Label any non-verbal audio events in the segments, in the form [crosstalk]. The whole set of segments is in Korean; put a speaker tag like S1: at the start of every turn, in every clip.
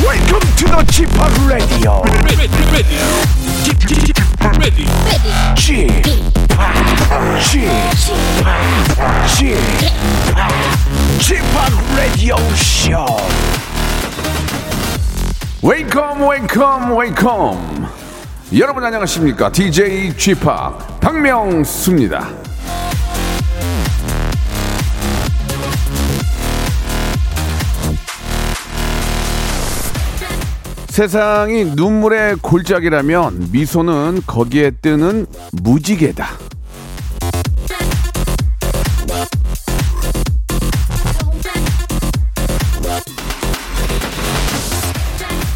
S1: Welcome to the g p o p Radio.
S2: ready, ready, ready, ready.
S1: g p o p g p o p g p o p Radio Show.
S3: 웨이컴 웨이컴 웨이컴 여러분 안녕하십니까 DJ g p o p 박명수입니다 세상이 눈물의 골짜기라면 미소는 거기에 뜨는 무지개다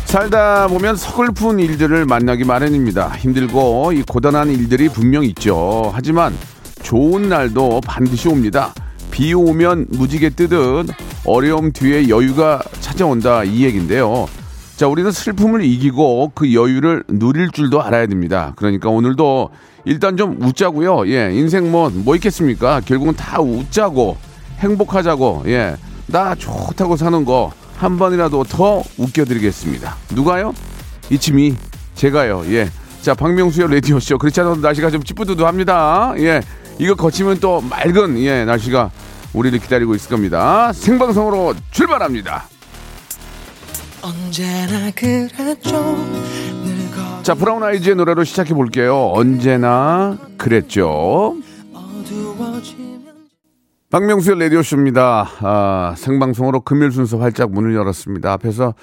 S3: 살다 보면 서글픈 일들을 만나기 마련입니다. 힘들고 이 고단한 일들이 분명 있죠. 하지만 좋은 날도 반드시 옵니다. 비 오면 무지개 뜨듯 어려움 뒤에 여유가 찾아온다 이 얘긴데요. 자, 우리는 슬픔을 이기고 그 여유를 누릴 줄도 알아야 됩니다. 그러니까 오늘도 일단 좀 웃자고요. 예, 인생 뭐, 뭐 있겠습니까? 결국은 다 웃자고 행복하자고 예 나 좋다고 사는 거 한 번이라도 더 웃겨드리겠습니다 누가요 이치미 제가요 예자 박명수의 라디오 쇼 그렇지 않아도 날씨가 좀 찌뿌두두합니다 예 이거 거치면 또 맑은 예 날씨가 우리를 기다리고 있을 겁니다 생방송으로 출발합니다
S4: 언제나 그렇죠. 그랬죠 늙어
S3: 자 브라운 아이즈의 노래로 시작해 볼게요 언제나 그랬죠.
S4: 어두워지면
S3: 박명수의 라디오쇼입니다. 아, 생방송으로 금요일 순서 활짝 문을 열었습니다. 앞에서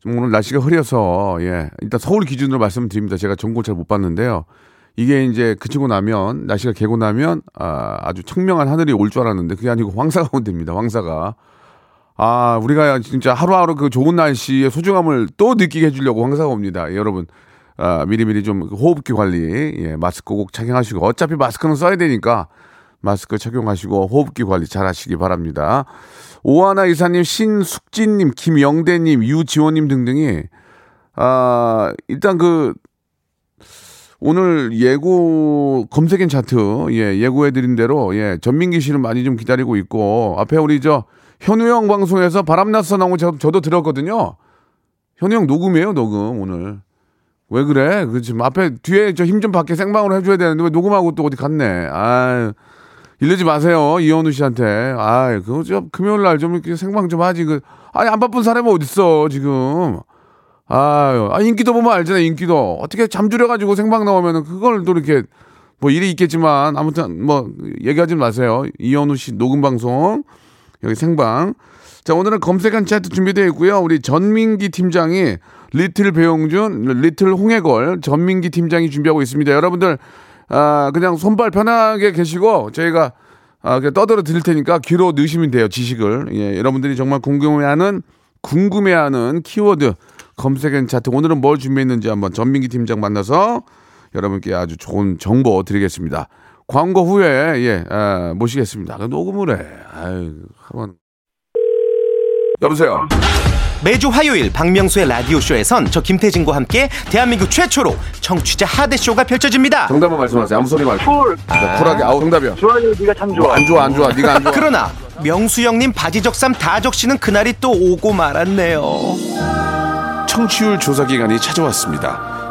S3: 좀 오늘 날씨가 흐려서, 예. 일단 서울 기준으로 말씀드립니다. 제가 전국을 잘 못 봤는데요. 이게 이제 그치고 나면, 날씨가 개고 나면, 아, 아주 청명한 하늘이 올 줄 알았는데, 그게 아니고 황사가 온답니다. 황사가. 아, 우리가 진짜 하루하루 그 좋은 날씨의 소중함을 또 느끼게 해주려고 황사가 옵니다. 예, 여러분, 아, 미리미리 좀 호흡기 관리, 예, 마스크 꼭 착용하시고, 어차피 마스크는 써야 되니까, 마스크 착용하시고, 호흡기 관리 잘 하시기 바랍니다. 오하나 이사님, 신숙진님, 김영대님, 유지원님 등등이, 아, 일단 그, 오늘 예고 검색엔 차트 예 예고해 드린 대로 예 전민기 씨는 많이 좀 기다리고 있고 앞에 우리 저 현우 형 방송에서 바람났어 나온 거 저- 저도 들었거든요. 현우 형 녹음이에요 녹음 오늘 왜 그래? 그 지금 앞에 뒤에 저 힘 좀 받게 생방으로 해줘야 되는데 왜 녹음하고 또 어디 갔네? 아 이러지 마세요 이현우 씨한테 아 그거 좀 금요일 날 좀 이렇게 생방 좀 하지 그 아니 안 바쁜 사람이 어딨어 지금 아유, 아, 인기도 보면 알잖아요, 인기도. 어떻게 잠줄여가지고 생방 나오면은 그걸 또 이렇게 뭐 일이 있겠지만 아무튼 뭐 얘기하지 마세요. 이현우 씨 녹음방송, 여기 생방. 자, 오늘은 검색한 차트 준비되어 있고요. 우리 전민기 팀장이 리틀 배용준, 리틀 홍해걸, 전민기 팀장이 준비하고 있습니다. 여러분들, 아, 그냥 손발 편하게 계시고 저희가 아, 그냥 떠들어 드릴 테니까 귀로 넣으시면 돼요, 지식을. 예, 여러분들이 정말 궁금해하는, 궁금해하는 키워드 검색엔 차트. 오늘은 뭘 준비했는지 한번 전민기 팀장 만나서 여러분께 아주 좋은 정보 드리겠습니다. 광고 후에, 예, 아, 모시겠습니다. 아, 녹음을 해. 아유, 하루만. 여보세요.
S5: 매주 화요일 박명수의 라디오쇼에선 저 김태진과 함께 대한민국 최초로 청취자 하대쇼가 펼쳐집니다.
S3: 정답만 말씀하세요. 아무 소리 말고. 쿨. 쿨하게. 아우, 정답이야. 좋아요. 네가 참 좋아. 안 좋아, 안 좋아. 네가 안 좋아.
S5: 그러나 명수형님 바지적삼 다 적시는 그날이 또 오고 말았네요.
S3: 청취율 조사 기간이 찾아왔습니다.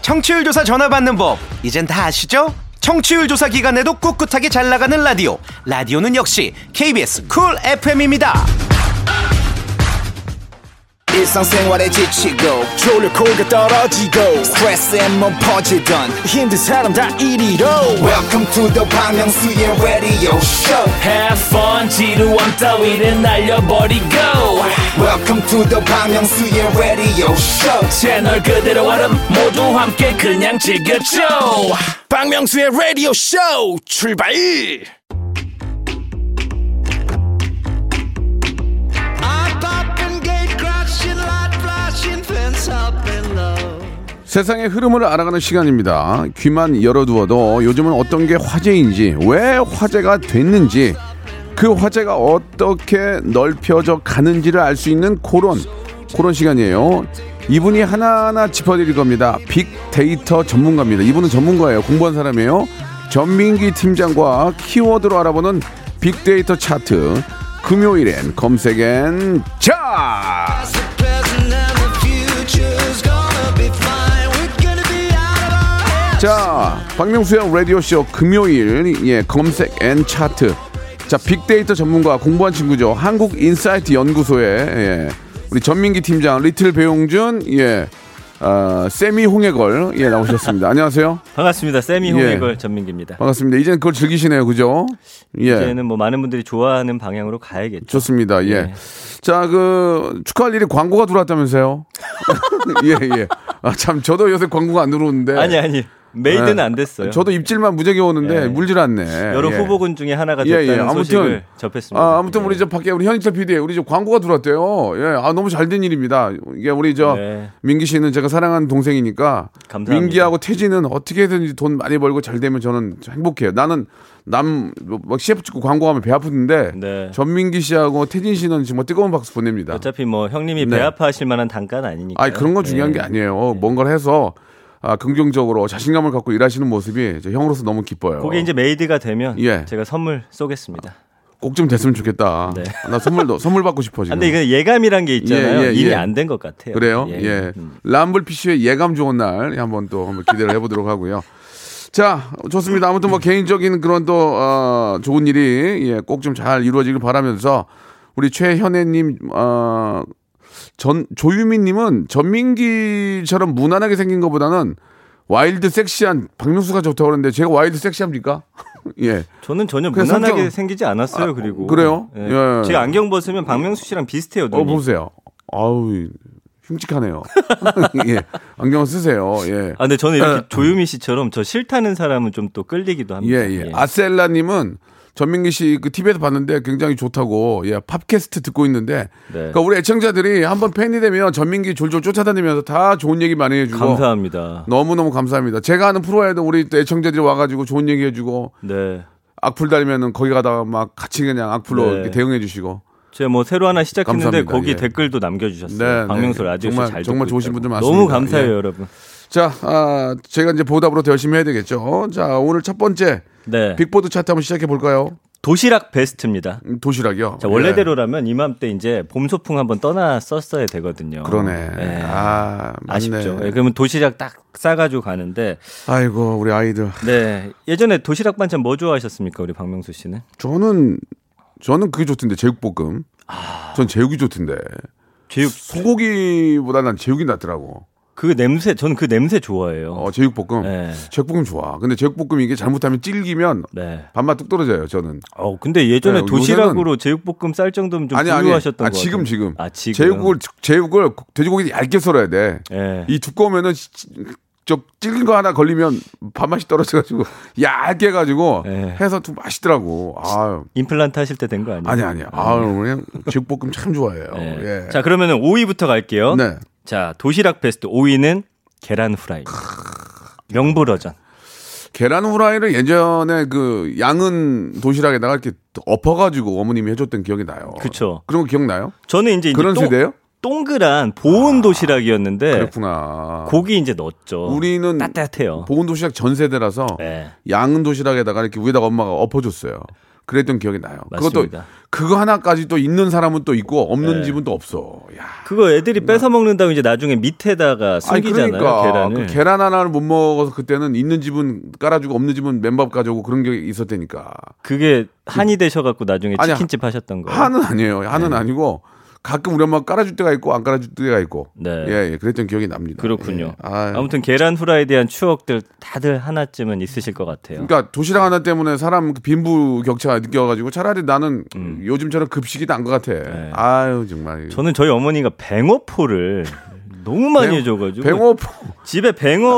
S5: 청취율 조사 전화 받는 법 이젠 다 아시죠? 청취율 조사 기간에도 꿋꿋하게 잘 나가는 라디오. 라디오는 역시 KBS 쿨 FM입니다.
S6: 일상생활에 지치고, 졸려 코가 떨어지고, 스트레스에 몸 퍼지던, 힘든 사람 다 이리로. welcome to the Bang Myung-soo's radio show
S7: Have fun 지루함 따위를 날려버리고
S6: welcome to the Bang Myung-soo's radio show
S7: 채널 그대로 얼음 모두 함께 그냥 즐겨줘
S6: 박명수의 라디오 쇼 출발
S3: 세상의 흐름을 알아가는 시간입니다. 귀만 열어두어도 요즘은 어떤 게 화제인지, 왜 화제가 됐는지, 그 화제가 어떻게 넓혀져 가는지를 알 수 있는 그런 그런 시간이에요. 이분이 하나하나 짚어드릴 겁니다. 빅데이터 전문가입니다. 이분은 전문가예요. 공부한 사람이에요. 전민기 팀장과 키워드로 알아보는 빅데이터 차트. 금요일엔 검색엔 자. 자, 박명수의 라디오쇼 금요일, 예, 검색 앤 차트. 자, 빅데이터 전문가 공부한 친구죠. 한국인사이트 연구소에, 예, 우리 전민기 팀장, 리틀 배용준, 예, 아, 세미 홍해걸, 예,
S8: [laughs]
S3: 나오셨습니다. 안녕하세요.
S8: 반갑습니다. 세미
S3: 예.
S8: 홍익걸 전민기입니다.
S3: 반갑습니다. 이제는 그걸 즐기시네요. 그죠? 예.
S8: 이제는 뭐 많은 분들이 좋아하는 방향으로 가야겠죠.
S3: 좋습니다. 예.
S8: 예.
S3: 자, 그 축하할 일이 광고가 들어왔다면서요? [laughs] 예, 예. 아, 참 저도 요새 광고가 안 들어오는데.
S8: 아니 아니 메이드는
S3: 예.
S8: 안 됐어요.
S3: 저도 입질만 무지하게 오는데
S8: 예.
S3: 물질 않네.
S8: 여러
S3: 예.
S8: 후보군 중에 하나가
S3: 예,
S8: 됐다는
S3: 예. 아무튼
S8: 소식을 접했습니다.
S3: 아, 아무튼 우리
S8: 예.
S3: 저 밖에 우리 현인철 PD 우리 저 광고가 들어왔대요. 예. 아, 너무 잘 된 일입니다. 이게 우리 저
S8: 네.
S3: 민기 씨는 제가 사랑하는 동생이니까
S8: 감사합니다.
S3: 민기하고 태진은 어떻게든지 돈 많이 벌고 잘 되면 저는 행복해요. 나는 남막 CF 찍고 광고하면 배 아프는데
S8: 네.
S3: 전민기 씨하고 태진 씨는 정말 뜨거운 박수 보냅니다.
S8: 어차피 네. 뭐 형님이
S3: 네.
S8: 배 아파하실 만한 단가는 예. 아니니까.
S3: 아 그런 건 중요한 게
S8: 네.
S3: 아니에요. 뭔가를 해서 아, 긍정적으로 자신감을 갖고 일하시는 모습이 저 형으로서 너무 기뻐요.
S8: 그게 이제 메이드가 되면
S3: 예. 아,
S8: 제가 선물 쏘겠습니다.
S3: 꼭 좀 됐으면 좋겠다. 아,
S8: 네.
S3: 나 선물 도 선물 받고 싶어
S8: 아,
S3: 지금.
S8: 근데 이건 예감이란 게 있잖아요.
S3: 예, 예,
S8: 이미
S3: 예.
S8: 안 된 것 같아요.
S3: 그래요?
S8: 예.
S3: 예.
S8: 음.
S3: 람블피쉬의 예감 좋은 날 한번 또 한번 기대를 해보도록 하고요. 자, 좋습니다. 아무튼 뭐 개인적인 그런 또 어, 좋은 일이 예, 꼭 좀 잘 이루어지길 바라면서 우리 최현애님, 어, 전 조유미님은 전민기처럼 무난하게 생긴 것보다는 와일드 섹시한 박명수가 좋다고 그러는데 제가 와일드 섹시합니까? [laughs] 예.
S8: 저는 전혀
S3: 그냥
S8: 무난하게
S3: 성격-
S8: 생기지 않았어요.
S3: 아,
S8: 그리고
S3: 그래요?
S8: 예.
S3: 예.
S8: 제가 안경 벗으면 박명수 씨랑 비슷해요.
S3: 어
S8: 눈이.
S3: 보세요. 아우 흉측하네요. [laughs] 예. 안경 쓰세요. 예.
S8: 아, 근데 저는 이렇게 조유미 씨처럼 저 싫다는 사람은 좀 또 끌리기도
S3: 예,
S8: 합니다.
S3: 예. 아셀라님은 전민기 씨 그 TV에서 봤는데 굉장히 좋다고 예 팟캐스트 듣고 있는데
S8: 네.
S3: 그러니까 우리 애청자들이 한번 팬이 되면 전민기 졸졸 쫓아다니면서 다 좋은 얘기 많이 해주고
S8: 감사합니다.
S3: 너무 너무 감사합니다. 제가 하는 프로에도 우리 또 애청자들이 와가지고 좋은 얘기 해주고
S8: 네.
S3: 악플 달면은 거기 가다가 막 같이 그냥 악플로
S8: 네.
S3: 이렇게 대응해주시고
S8: 제가 뭐 새로 하나 시작했는데
S3: 감사합니다.
S8: 거기
S3: 예.
S8: 댓글도
S3: 네,
S8: 남겨주셨어요.
S3: 네.
S8: 박명수 라디오
S3: 정말-
S8: 잘
S3: 정말
S8: 듣고
S3: 좋으신
S8: 있다고.
S3: 분들
S8: 너무
S3: 많습니다.
S8: 감사해요,
S3: 예.
S8: 여러분.
S3: 자, 아, 제가 이제 보답으로 더 열심히 해야 되겠죠. 자, 오늘 첫 번째
S8: 네.
S3: 빅보드 차트 한번 시작해 볼까요? 음,
S8: 도시락 베스트입니다.
S3: 도시락이요.
S8: 자,
S3: 예.
S8: 원래대로라면 이맘때 이제 봄 소풍 한번 떠났었어야 되거든요.
S3: 그러네.
S8: 예.
S3: 아, 맞네.
S8: 아쉽죠. 예, 그러면 도시락 딱 싸가지고 가는데,
S3: 아이고, 우리 아이들.
S8: 네 예전에 도시락 반찬 뭐 좋아하셨습니까, 우리 박명수 씨는?
S3: 저는 저는 그게 좋던데 제육볶음.
S8: 아.
S3: 전 제육이 좋던데.
S8: 제육
S3: 소고기보다 난 제육이 낫더라고.
S8: 그 냄새 저는 그 냄새 좋아해요.
S3: 어, 제육볶음.
S8: 네.
S3: 제육볶음 좋아. 근데 제육볶음 이게 잘못하면 질기면
S8: 네.
S3: 밥맛 뚝 떨어져요. 저는.
S8: 어 근데 예전에
S3: 네,
S8: 도시락으로 제육볶음 쌀 정도면 좀
S3: 아니 아니.
S8: 부유하셨던
S3: 아,
S8: 것
S3: 지금
S8: 같아요.
S3: 지금.
S8: 아 지금
S3: 제육을 제육을 돼지고기 얇게 썰어야 돼.
S8: 예.
S3: 이 두꺼우면은 시- 저 질긴 거 하나 걸리면 밥맛이 떨어져가지고 [laughs] 얇게 해가지고
S8: 네.
S3: 해서 좀 맛있더라고. 아유.
S8: 임플란트 하실 때 된 거 아니에요?
S3: 아니 아니. 아 그냥 제육볶음 참 좋아해요.
S8: 예.
S3: 예.
S8: 네. 자 그러면은 5위부터 갈게요.
S3: 네.
S8: 자 도시락 베스트 5위는 계란 후라이. 명불허전.
S3: 어. 계란 후라이를 예전에 그 양은 도시락에다가 이렇게 엎어가지고 어머님이 해줬던 기억이 나요.
S8: 그쵸.
S3: 그런 거 기억나요?
S8: 저는 이제 이제
S3: 그런
S8: 동-
S3: 세대예요? 아,
S8: 동그란 보온 도시락이었는데
S3: 그렇구나.
S8: 네. 고기 이제 넣었죠.
S3: 우리는
S8: 따뜻해요.
S3: 보온 도시락 전 세대라서
S8: 예.
S3: 양은 도시락에다가 이렇게 위에다가 엄마가 엎어줬어요. 그랬던 기억이 나요. 그것도
S8: 맞습니다.
S3: 그거 하나까지 또 있는 사람은 또 있고 없는
S8: 네.
S3: 집은 또 없어. 야.
S8: 그거 애들이 뺏어 먹는다고 이제 나중에 밑에다가
S3: 네. 아니
S8: 숨기잖아요
S3: 그러니까
S8: 계란을.
S3: 그 계란 하나를 못 먹어서 그때는 있는 집은 깔아주고 없는 집은 맨밥 가져오고 그런 게 있었다니까.
S8: 그게 한이 되셔갖고 나중에
S3: 아니,
S8: 치킨집 하셨던 거.
S3: 한은 아니에요. 한은
S8: 네.
S3: 아니고 가끔 우리 엄마가 깔아줄 때가 있고 안 깔아줄 때가 있고.
S8: 네.
S3: 예, 예. 그랬던 기억이 납니다. 예.
S8: 그렇군요.
S3: 아유.
S8: 아무튼 계란 후라이에 대한 추억들 다들 하나쯤은 있으실 것 같아요.
S3: 그러니까 도시락 하나 때문에 사람 그 빈부 격차 느껴가지고 차라리 나는 요즘처럼 급식이 난 것 같아. 아유 정말.
S8: 음. 네. 저는 저희 어머니가
S3: [laughs]
S8: 뱅어포를 너무 많이
S3: 뱅-
S8: 해줘가지고
S3: 뱅어포.
S8: 집에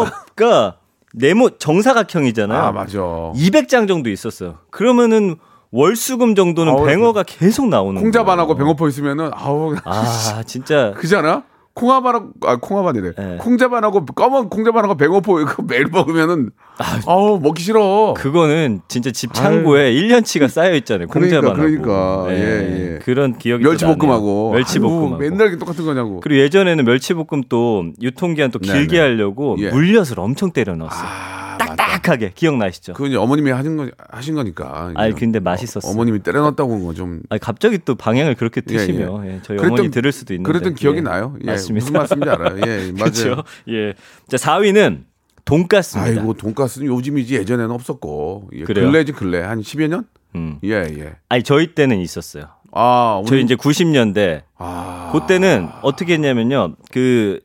S8: 뱅어가 네모 정사각형이잖아요.
S3: 아 맞아.
S8: 200장 정도 있었어요. 그러면은 월수금 정도는
S3: 아우,
S8: 뱅어가 계속 나오는
S3: 콩잡 안
S8: 거예요.
S3: 하고 뱅어포 있으면은 아우
S8: 아 진짜
S3: 그잖아. 콩아바라 아 콩아바니래.
S8: 네.
S3: 콩자반하고 검은 콩자반하고 백오포 이거 [laughs] 매일 먹으면은 아우 먹기 싫어.
S8: 그거는 진짜 집 창고에 1년치가 쌓여 있잖아요.
S3: 그러니까,
S8: 공자만
S3: 그러니까. 예, 예.
S8: 그런 기억이
S3: 멸치볶음하고
S8: 멸치볶음하고
S3: 아이고, 맨날 이게 똑같은 거냐고.
S8: 그리고 예전에는 멸치볶음 또 유통기한 또
S3: 네네.
S8: 길게 하려고
S3: 예.
S8: 물엿을 엄청 때려 넣었어요.
S3: 아, 맞아.
S8: 딱딱하게 기억나시죠?
S3: 그건 이제 어머님이 하신 거 하신 거니까.
S8: 아니,
S3: 그냥
S8: 근데 맛있었어요.
S3: 어머님이 때려놨다고 건좀
S8: 아니, 갑자기 또 방향을 그렇게 트시면 예, 저희 어머니 들을 수도 있는데.
S3: 그랬던 기억이
S8: 예.
S3: 나요. 예,
S8: 맞습니다.
S3: 무슨 말씀인지 알아요. 예, 맞아요.
S8: [laughs] 그렇죠. 예. 자, 4위는 돈가스입니다.
S3: 아이고 돈가스는 요즘이지 예전에는 없었고 예,
S8: 그래요?
S3: 근래지 근래 한 10여 년?
S8: 음.
S3: 예 예.
S8: 아니 저희 때는 있었어요.
S3: 아
S8: 저희
S3: 우리-
S8: 이제 90년대
S3: 아,
S8: 그때는 어떻게 했냐면요. 그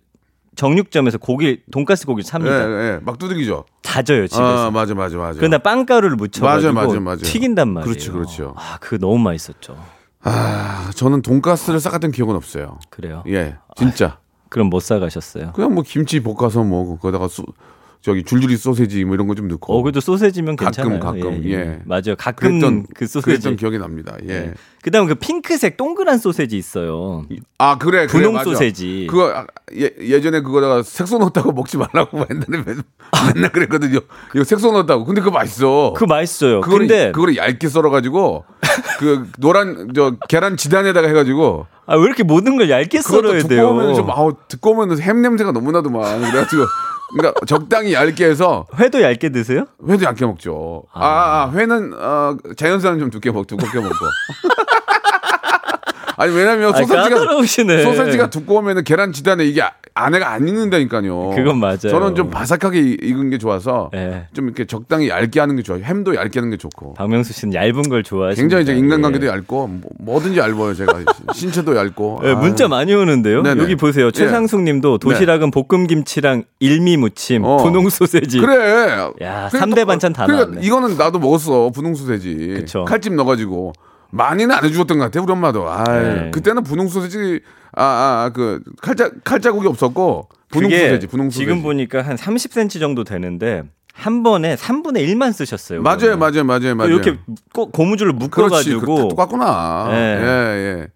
S8: 정육점에서 고기 돈가스 고기를
S3: 예,
S8: 삽니다.
S3: 예, 막 두들기죠.
S8: 다져요 집에서.
S3: 아 맞아 맞아 맞아.
S8: 그러다 빵가루를 묻혀가지고
S3: 맞아요, 맞아요, 맞아요.
S8: 튀긴단 말이에요.
S3: 그렇죠, 그렇죠.
S8: 아, 그거 너무 맛있었죠.
S3: 아, 저는 돈가스를 싸갔던 기억은 없어요.
S8: 그래요.
S3: 예, 진짜.
S8: 그럼 못 사가셨어요?
S3: 그냥 뭐 김치 볶아서 뭐 거다가 수, 저기 줄줄이 소세지 뭐 이런 거 좀 넣고.
S8: 어, 그래도 소세지면
S3: 가끔,
S8: 괜찮아요.
S3: 가끔, 예.
S8: 맞아요. 가끔
S3: 그랬던
S8: 그
S3: 그랬던
S8: 소세지.
S3: 기억이 납니다. 예.
S8: 예. 그다음 그 핑크색 동그란 소세지 있어요.
S3: 아 그래 그래
S8: 분홍
S3: 맞아.
S8: 소세지.
S3: 그거 아, 예, 예전에 그거다가 색소 넣었다고 먹지 말라고 옛날에 맨- 맨날 그랬거든요. 이거 색소 넣었다고. 근데 그거 맛있어.
S8: 그거 맛있어요.
S3: 그거를,
S8: 근데
S3: 그거를 얇게 썰어가지고 그 노란 저 계란 지단에다가 해가지고
S8: 아, 왜 이렇게 모든 걸 얇게
S3: 그것도
S8: 썰어야 돼요?
S3: 두꺼우면 좀 아우 두꺼우면 햄 냄새가 너무나도 막 그래가지고 그러니까 적당히 얇게 해서
S8: 회도 얇게 드세요?
S3: 회도 얇게 먹죠. 아, 아, 회는 어, 자연산은 좀 두께 먹 두껍게
S8: [laughs]
S3: 먹고. 아니 왜냐면
S8: 아,
S3: 소세지가
S8: 까다로우시네.
S3: 소세지가 두꺼우면은 계란 지단에 이게 아- 안에가 안 익는다니까요.
S8: 그건 맞아요.
S3: 저는 좀 바삭하게 이- 익은 게 좋아서
S8: 예.
S3: 좀 이렇게 적당히 얇게 하는 게 좋아요. 햄도 얇게 하는 게 좋고.
S8: 박명수 씨는 얇은 걸 좋아하시죠.
S3: 굉장히 제 인간관계도 얇고 뭐- 뭐든지 얇아요
S8: [laughs]
S3: 제가 신체도 얇고
S8: 예, 문자 많이 오는데요.
S3: 네네.
S8: 여기 보세요.
S3: 예.
S8: 최상숙님도 도시락은 볶음김치랑 일미무침,
S3: 어.
S8: 분홍 소세지.
S3: 그래
S8: 야,
S3: 그러니까
S8: 삼대 반찬 다
S3: 그러니까
S8: 나왔네.
S3: 이거는 나도 먹었어 분홍소세지
S8: 그쵸.
S3: 칼집 넣어가지고 많이는 안 해주었던 것 같아 우리 엄마도 아
S8: 네.
S3: 그때는 분홍소세지 아아그 칼자 칼자국이 없었고 분홍소세지 분홍소세지
S8: 지금 보니까 한 30cm 정도 되는데 한 번에 3분의 1만 쓰셨어요.
S3: 맞아요
S8: 그러면.
S3: 맞아요 맞아요 맞아요
S8: 이렇게 꼭 고무줄로
S3: 그렇지 그
S8: 묶어가지고
S3: 똑같구나
S8: 예.
S3: 예예예예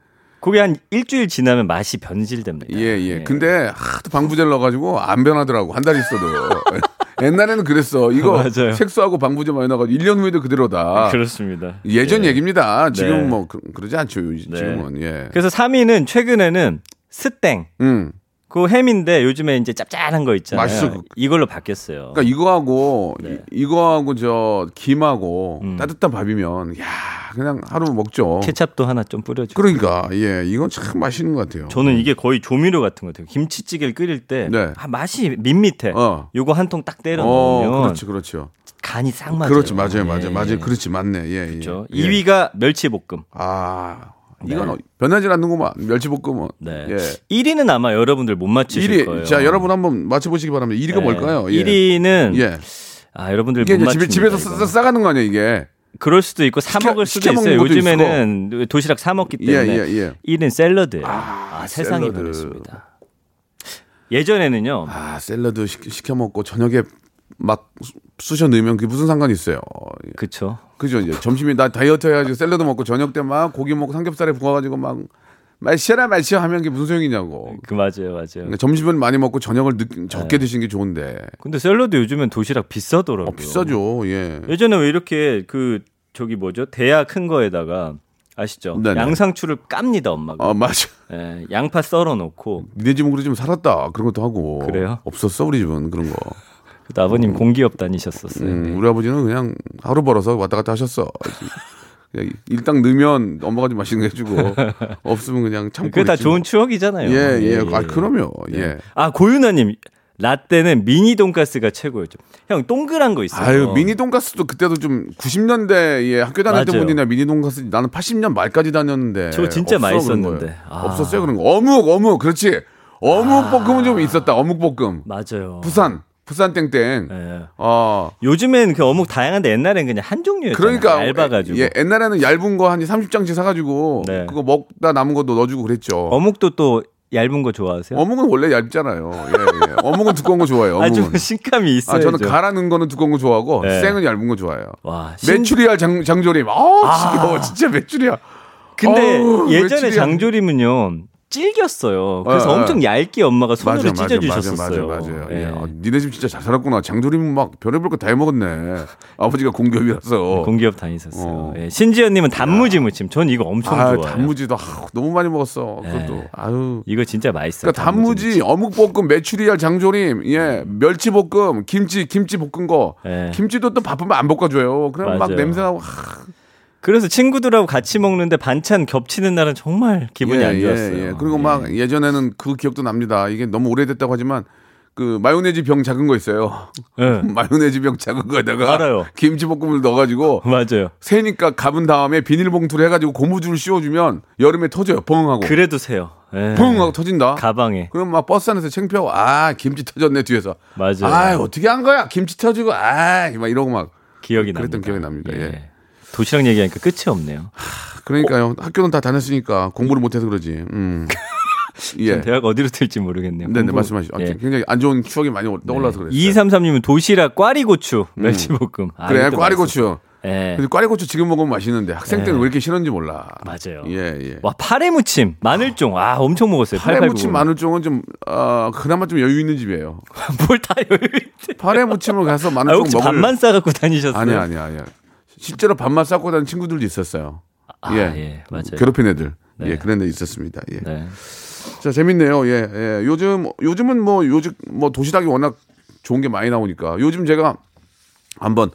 S8: 그게 한 일주일 지나면 맛이 변질됩니다. 예. [laughs]
S3: 근데 하도 방부제를 넣어가지고 안 변하더라고 한 달 있어도 옛날에는 그랬어 이거
S8: 맞아요.
S3: 색소하고 방부제 많이 넣어가지고 1년 후에도 그대로다
S8: 그렇습니다.
S3: 아, 예전
S8: 예.
S3: 얘기입니다. 지금
S8: 네.
S3: 뭐 그, 그러지 않죠. 지금은 예.
S8: 그래서 3위는 최근에는 스땡.
S3: 음.
S8: 그 햄인데 요즘에 이제 짭짤한 거 있잖아요.
S3: 맛있어, 그거.
S8: 이걸로 바뀌었어요.
S3: 그러니까
S8: 네.
S3: 이거하고 이, 거하고저 김하고
S8: 음.
S3: 따뜻한 밥이면 야 그냥 하루 먹죠.
S8: 케찹도 하나 좀 뿌려줘.
S3: 어. 그러니까 예 이건 참 맛있는 것 같아요. 어,
S8: 저는 이게 거의 조미료 같은 것 같아요. 김치찌개를 끓일 때
S3: 네.
S8: 아, 맛이 밋밋해.
S3: 어.
S8: 요거 한 통 딱 때려
S3: 어
S8: 넣으면
S3: 그렇지 그렇죠.
S8: 간이 싹 맞아요.
S3: 그렇지 맞아요 맞아요
S8: 예,
S3: 맞아요.
S8: 예.
S3: 그렇지 맞네 예.
S8: 그렇죠.
S3: 예.
S8: 2위가 멸치볶음.
S3: 아 이건
S8: 네.
S3: 어- 변하지 않는구만 멸치볶음은.
S8: 네.
S3: 예.
S8: 1위는 아마 여러분들 못 맞추실
S3: 1위
S8: 거예요.
S3: 자 여러분 한번 맞춰보시기 바랍니다. 1위가 뭘까요? 예.
S8: 1위는
S3: 예.
S8: 아 여러분들
S3: 이게
S8: 못
S3: 이제
S8: 맞춥니다.
S3: 집에 집에서
S8: 이거.
S3: 싸- 싸가는 거 아니에요 이게?
S8: 그럴 수도 있고 사
S3: 시켜-
S8: 먹을 수도
S3: 시켜 먹는
S8: 있어요.
S3: 것도
S8: 요즘에는 도시락 사 먹기 때문에
S3: 예, 예, 예.
S8: 1위는 샐러드예요. 아, 세상이
S3: 샐러드.
S8: 변했습니다. 예전에는요.
S3: 아 샐러드 시, 시켜 먹고 저녁에 막 쑤- 쑤셔 넣으면 그게 무슨 상관이 있어요? 예.
S8: 그쵸
S3: 그죠 이제 점심에 나 다이어트 해가지고 샐러드 먹고 저녁 때 막 고기 먹고 삼겹살에 구워가지고 막 마셔라 마셔 하면 그게 무슨 소용이냐고.
S8: 그 맞아요, 맞아요.
S3: 그러니까 점심은 많이 먹고 저녁을 늦,
S8: 네.
S3: 적게 드시는 게 좋은데
S8: 근데 샐러드 요즘엔 도시락 비싸더라고요.
S3: 어, 비싸죠. 예.
S8: 예전에 왜 이렇게 그 저기 뭐죠? 대야 큰 거에다가 아시죠?
S3: 네네.
S8: 양상추를 깝니다 엄마가.
S3: 아 맞아.
S8: 예, 양파 썰어 놓고
S3: 니네 집은 그래 좀 살았다 그런 것도 하고.
S8: 그래요?
S3: 없었어 우리 집은 그런 거.
S8: 그때 아버님 공기업 다니셨었어요.
S3: 음, 우리 아버지는 그냥 하루 벌어서 왔다 갔다 하셨어. 그냥 일당 넣으면 엄마가 좀 맛있는 거
S8: [laughs]
S3: 해주고 없으면 그냥 참고.
S8: 그게 다
S3: 그랬지. 뭐.
S8: 좋은 추억이잖아요.
S3: 예, 예. 아, 그럼요. 예.
S8: 아, 고윤아님. 라떼는 미니 돈가스가 최고였죠. 형, 동그란 거 있어요.
S3: 아유 미니 돈가스도 그때도 좀 90년대에 학교 다닐
S8: 맞아요.
S3: 때분이나 미니 돈가스 나는 80년 말까지 다녔는데
S8: 저거 진짜
S3: 없어 그런
S8: 맛있었는데.
S3: 거예요.
S8: 아.
S3: 없었어요 그런 거 어묵 어묵 그렇지 어묵 볶음은 좀 있었다 어묵 볶음
S8: 네. 맞아요.
S3: 부산 부산 땡땡
S8: 예.
S3: 어
S8: 요즘엔 그 어묵 다양한데 옛날엔 그냥 한 종류였잖아요.
S3: 그러니까
S8: 얇아가지고.
S3: 예, 옛날에는 얇은 거 한 30장씩 사가지고
S8: 네.
S3: 그거 먹다 남은 것도 넣어주고 그랬죠
S8: 어묵도 또 얇은 거 좋아하세요?
S3: 어묵은 원래 얇잖아요 예, 예. 어묵은 두꺼운 거 좋아해요
S8: 아,
S3: 어묵은
S8: 좀 식감이 있어요.
S3: 아, 저는 갈아 넣은 거는 두꺼운 거 좋아하고
S8: 네.
S3: 생은 얇은 거 좋아해요
S8: 와, 신- 아.
S3: 메추리알 장, 아, 장조림. 어우, 지겨워. 진짜 어, 메추리알.
S8: 근데
S3: 어우,
S8: 예전에
S3: 메추리알.
S8: 장조림은요 찔겼어요. 그래서
S3: 아, 아.
S8: 엄청 얇게 엄마가
S3: 맞아,
S8: 손으로
S3: 맞아,
S8: 찢어주셨었어요.
S3: 맞아, 맞아, 맞아요.
S8: 예.
S3: 예. 어, 니네 집 진짜 잘 살았구나. 장조림 막 별의별 거 다 해먹었네. 아버지가 공기업이라서.
S8: 네, 공기업 다니셨어요.
S3: 어.
S8: 예. 신지연님은 단무지 무침. 전 이거 엄청
S3: 아,
S8: 좋아해요.
S3: 단무지도 아우, 너무 많이 먹었어. 그것도
S8: 예.
S3: 아유.
S8: 이거 진짜 맛있어요.
S3: 그러니까 단무지, 어묵볶음, 메추리알, 장조림, 예, 멸치볶음, 김치, 김치 볶은 거.
S8: 예.
S3: 김치도 또 바쁘면 안 볶아줘요. 그냥 막
S8: 맞아요.
S3: 냄새나고 하,
S8: 그래서 친구들하고 같이 먹는데 반찬 겹치는 날은 정말 기분이
S3: 예,
S8: 안 좋았어요.
S3: 예, 예. 그리고 막 예전에는 그 기억도 납니다. 이게 너무 오래됐다고 하지만 그 마요네즈 병 작은 거 있어요.
S8: 예.
S3: [laughs] 마요네즈 병 작은 거에다가
S8: 알아요.
S3: 김치볶음을 넣어가지고
S8: 맞아요.
S3: 새니까 감은 다음에 비닐봉투를 해가지고 고무줄을 씌워주면 여름에 터져요. 뻥하고.
S8: 그래도 세요. 예.
S3: 뻥하고 터진다.
S8: 가방에.
S3: 그럼 막 버스 안에서 창피하고 아 김치 터졌네 뒤에서.
S8: 맞아요.
S3: 아 어떻게 한 거야? 김치 터지고 아막 이러고 막.
S8: 기억이
S3: 그랬던 기억이 납니다. 예.
S8: 도시락 얘기하니까 끝이 없네요. 어?
S3: 그러니까요. 학교는 다 다녔으니까 공부를 못해서 그러지.
S8: [laughs]
S3: 음. 예.
S8: 대학 어디로 튈지 모르겠네요.
S3: 네네
S8: 공부-
S3: 말씀하시죠.
S8: 예. 네.
S3: 아무튼 굉장히 안 좋은 추억이 많이 올- 떠올라서 그랬어요.
S8: 2233님은 도시락 꽈리고추 멸치볶음. 아,
S3: 그래
S8: 이것도
S3: 꽈리고추.
S8: 맛있었어요. 예.
S3: 근데 꽈리고추 지금 먹으면 맛있는데 학생 때는
S8: 예.
S3: 왜 이렇게 싫었는지 몰라.
S8: 맞아요.
S3: 예 예.
S8: 와 파래 무침 마늘쫑. 아 엄청 먹었어요.
S3: 파래 무침
S8: 8899.
S3: 마늘종은 좀 어, 그나마 좀 여유 있는 집이에요.
S8: [laughs] 뭘다 여유있대.
S3: 파래 무침을 가서
S8: 아
S3: 마늘종
S8: 혹시
S3: 먹을
S8: 밥만 싸갖고 다니셨어요?
S3: 아니야 아니야 아니야. 실제로 밥만 싸고 다니는 친구들도 있었어요.
S8: 아, 예, 맞아요.
S3: 괴롭힌 애들.
S8: 네.
S3: 예, 그런 애 있었습니다. 예.
S8: 네.
S3: 자, 재밌네요. 예, 예. 요즘 요즘은 뭐 요즘 뭐 도시락이 워낙 좋은 게 많이 나오니까 요즘 제가 한번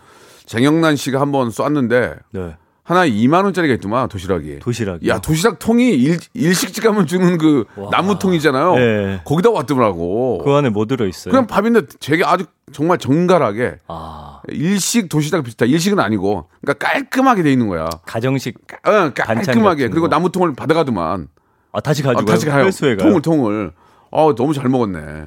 S3: 장영란 씨가 한번 쐈는데
S8: 네.
S3: 하나에 2만 원짜리가 있더만 도시락이.
S8: 도시락이요?
S3: 야, 도시락 통이 일, 일식집 가면 주는 그 나무 통이잖아요.
S8: 예.
S3: 거기다 왔더라고.
S8: 그 안에 뭐 들어있어요?
S3: 그냥 밥인데 되게 아주 정말 정갈하게
S8: 아
S3: 일식 도시락 비슷한 일식은 아니고 그러니까 깔끔하게 돼 있는 거야.
S8: 가정식.
S3: 응,
S8: 반찬
S3: 깔끔하게
S8: 같은
S3: 그리고
S8: 거.
S3: 나무통을 받아가더만
S8: 아 다시
S3: 아,
S8: 가지고
S3: 다시 가요.
S8: 회수해 가요.
S3: 통을 통을. 어 너무 잘 먹었네.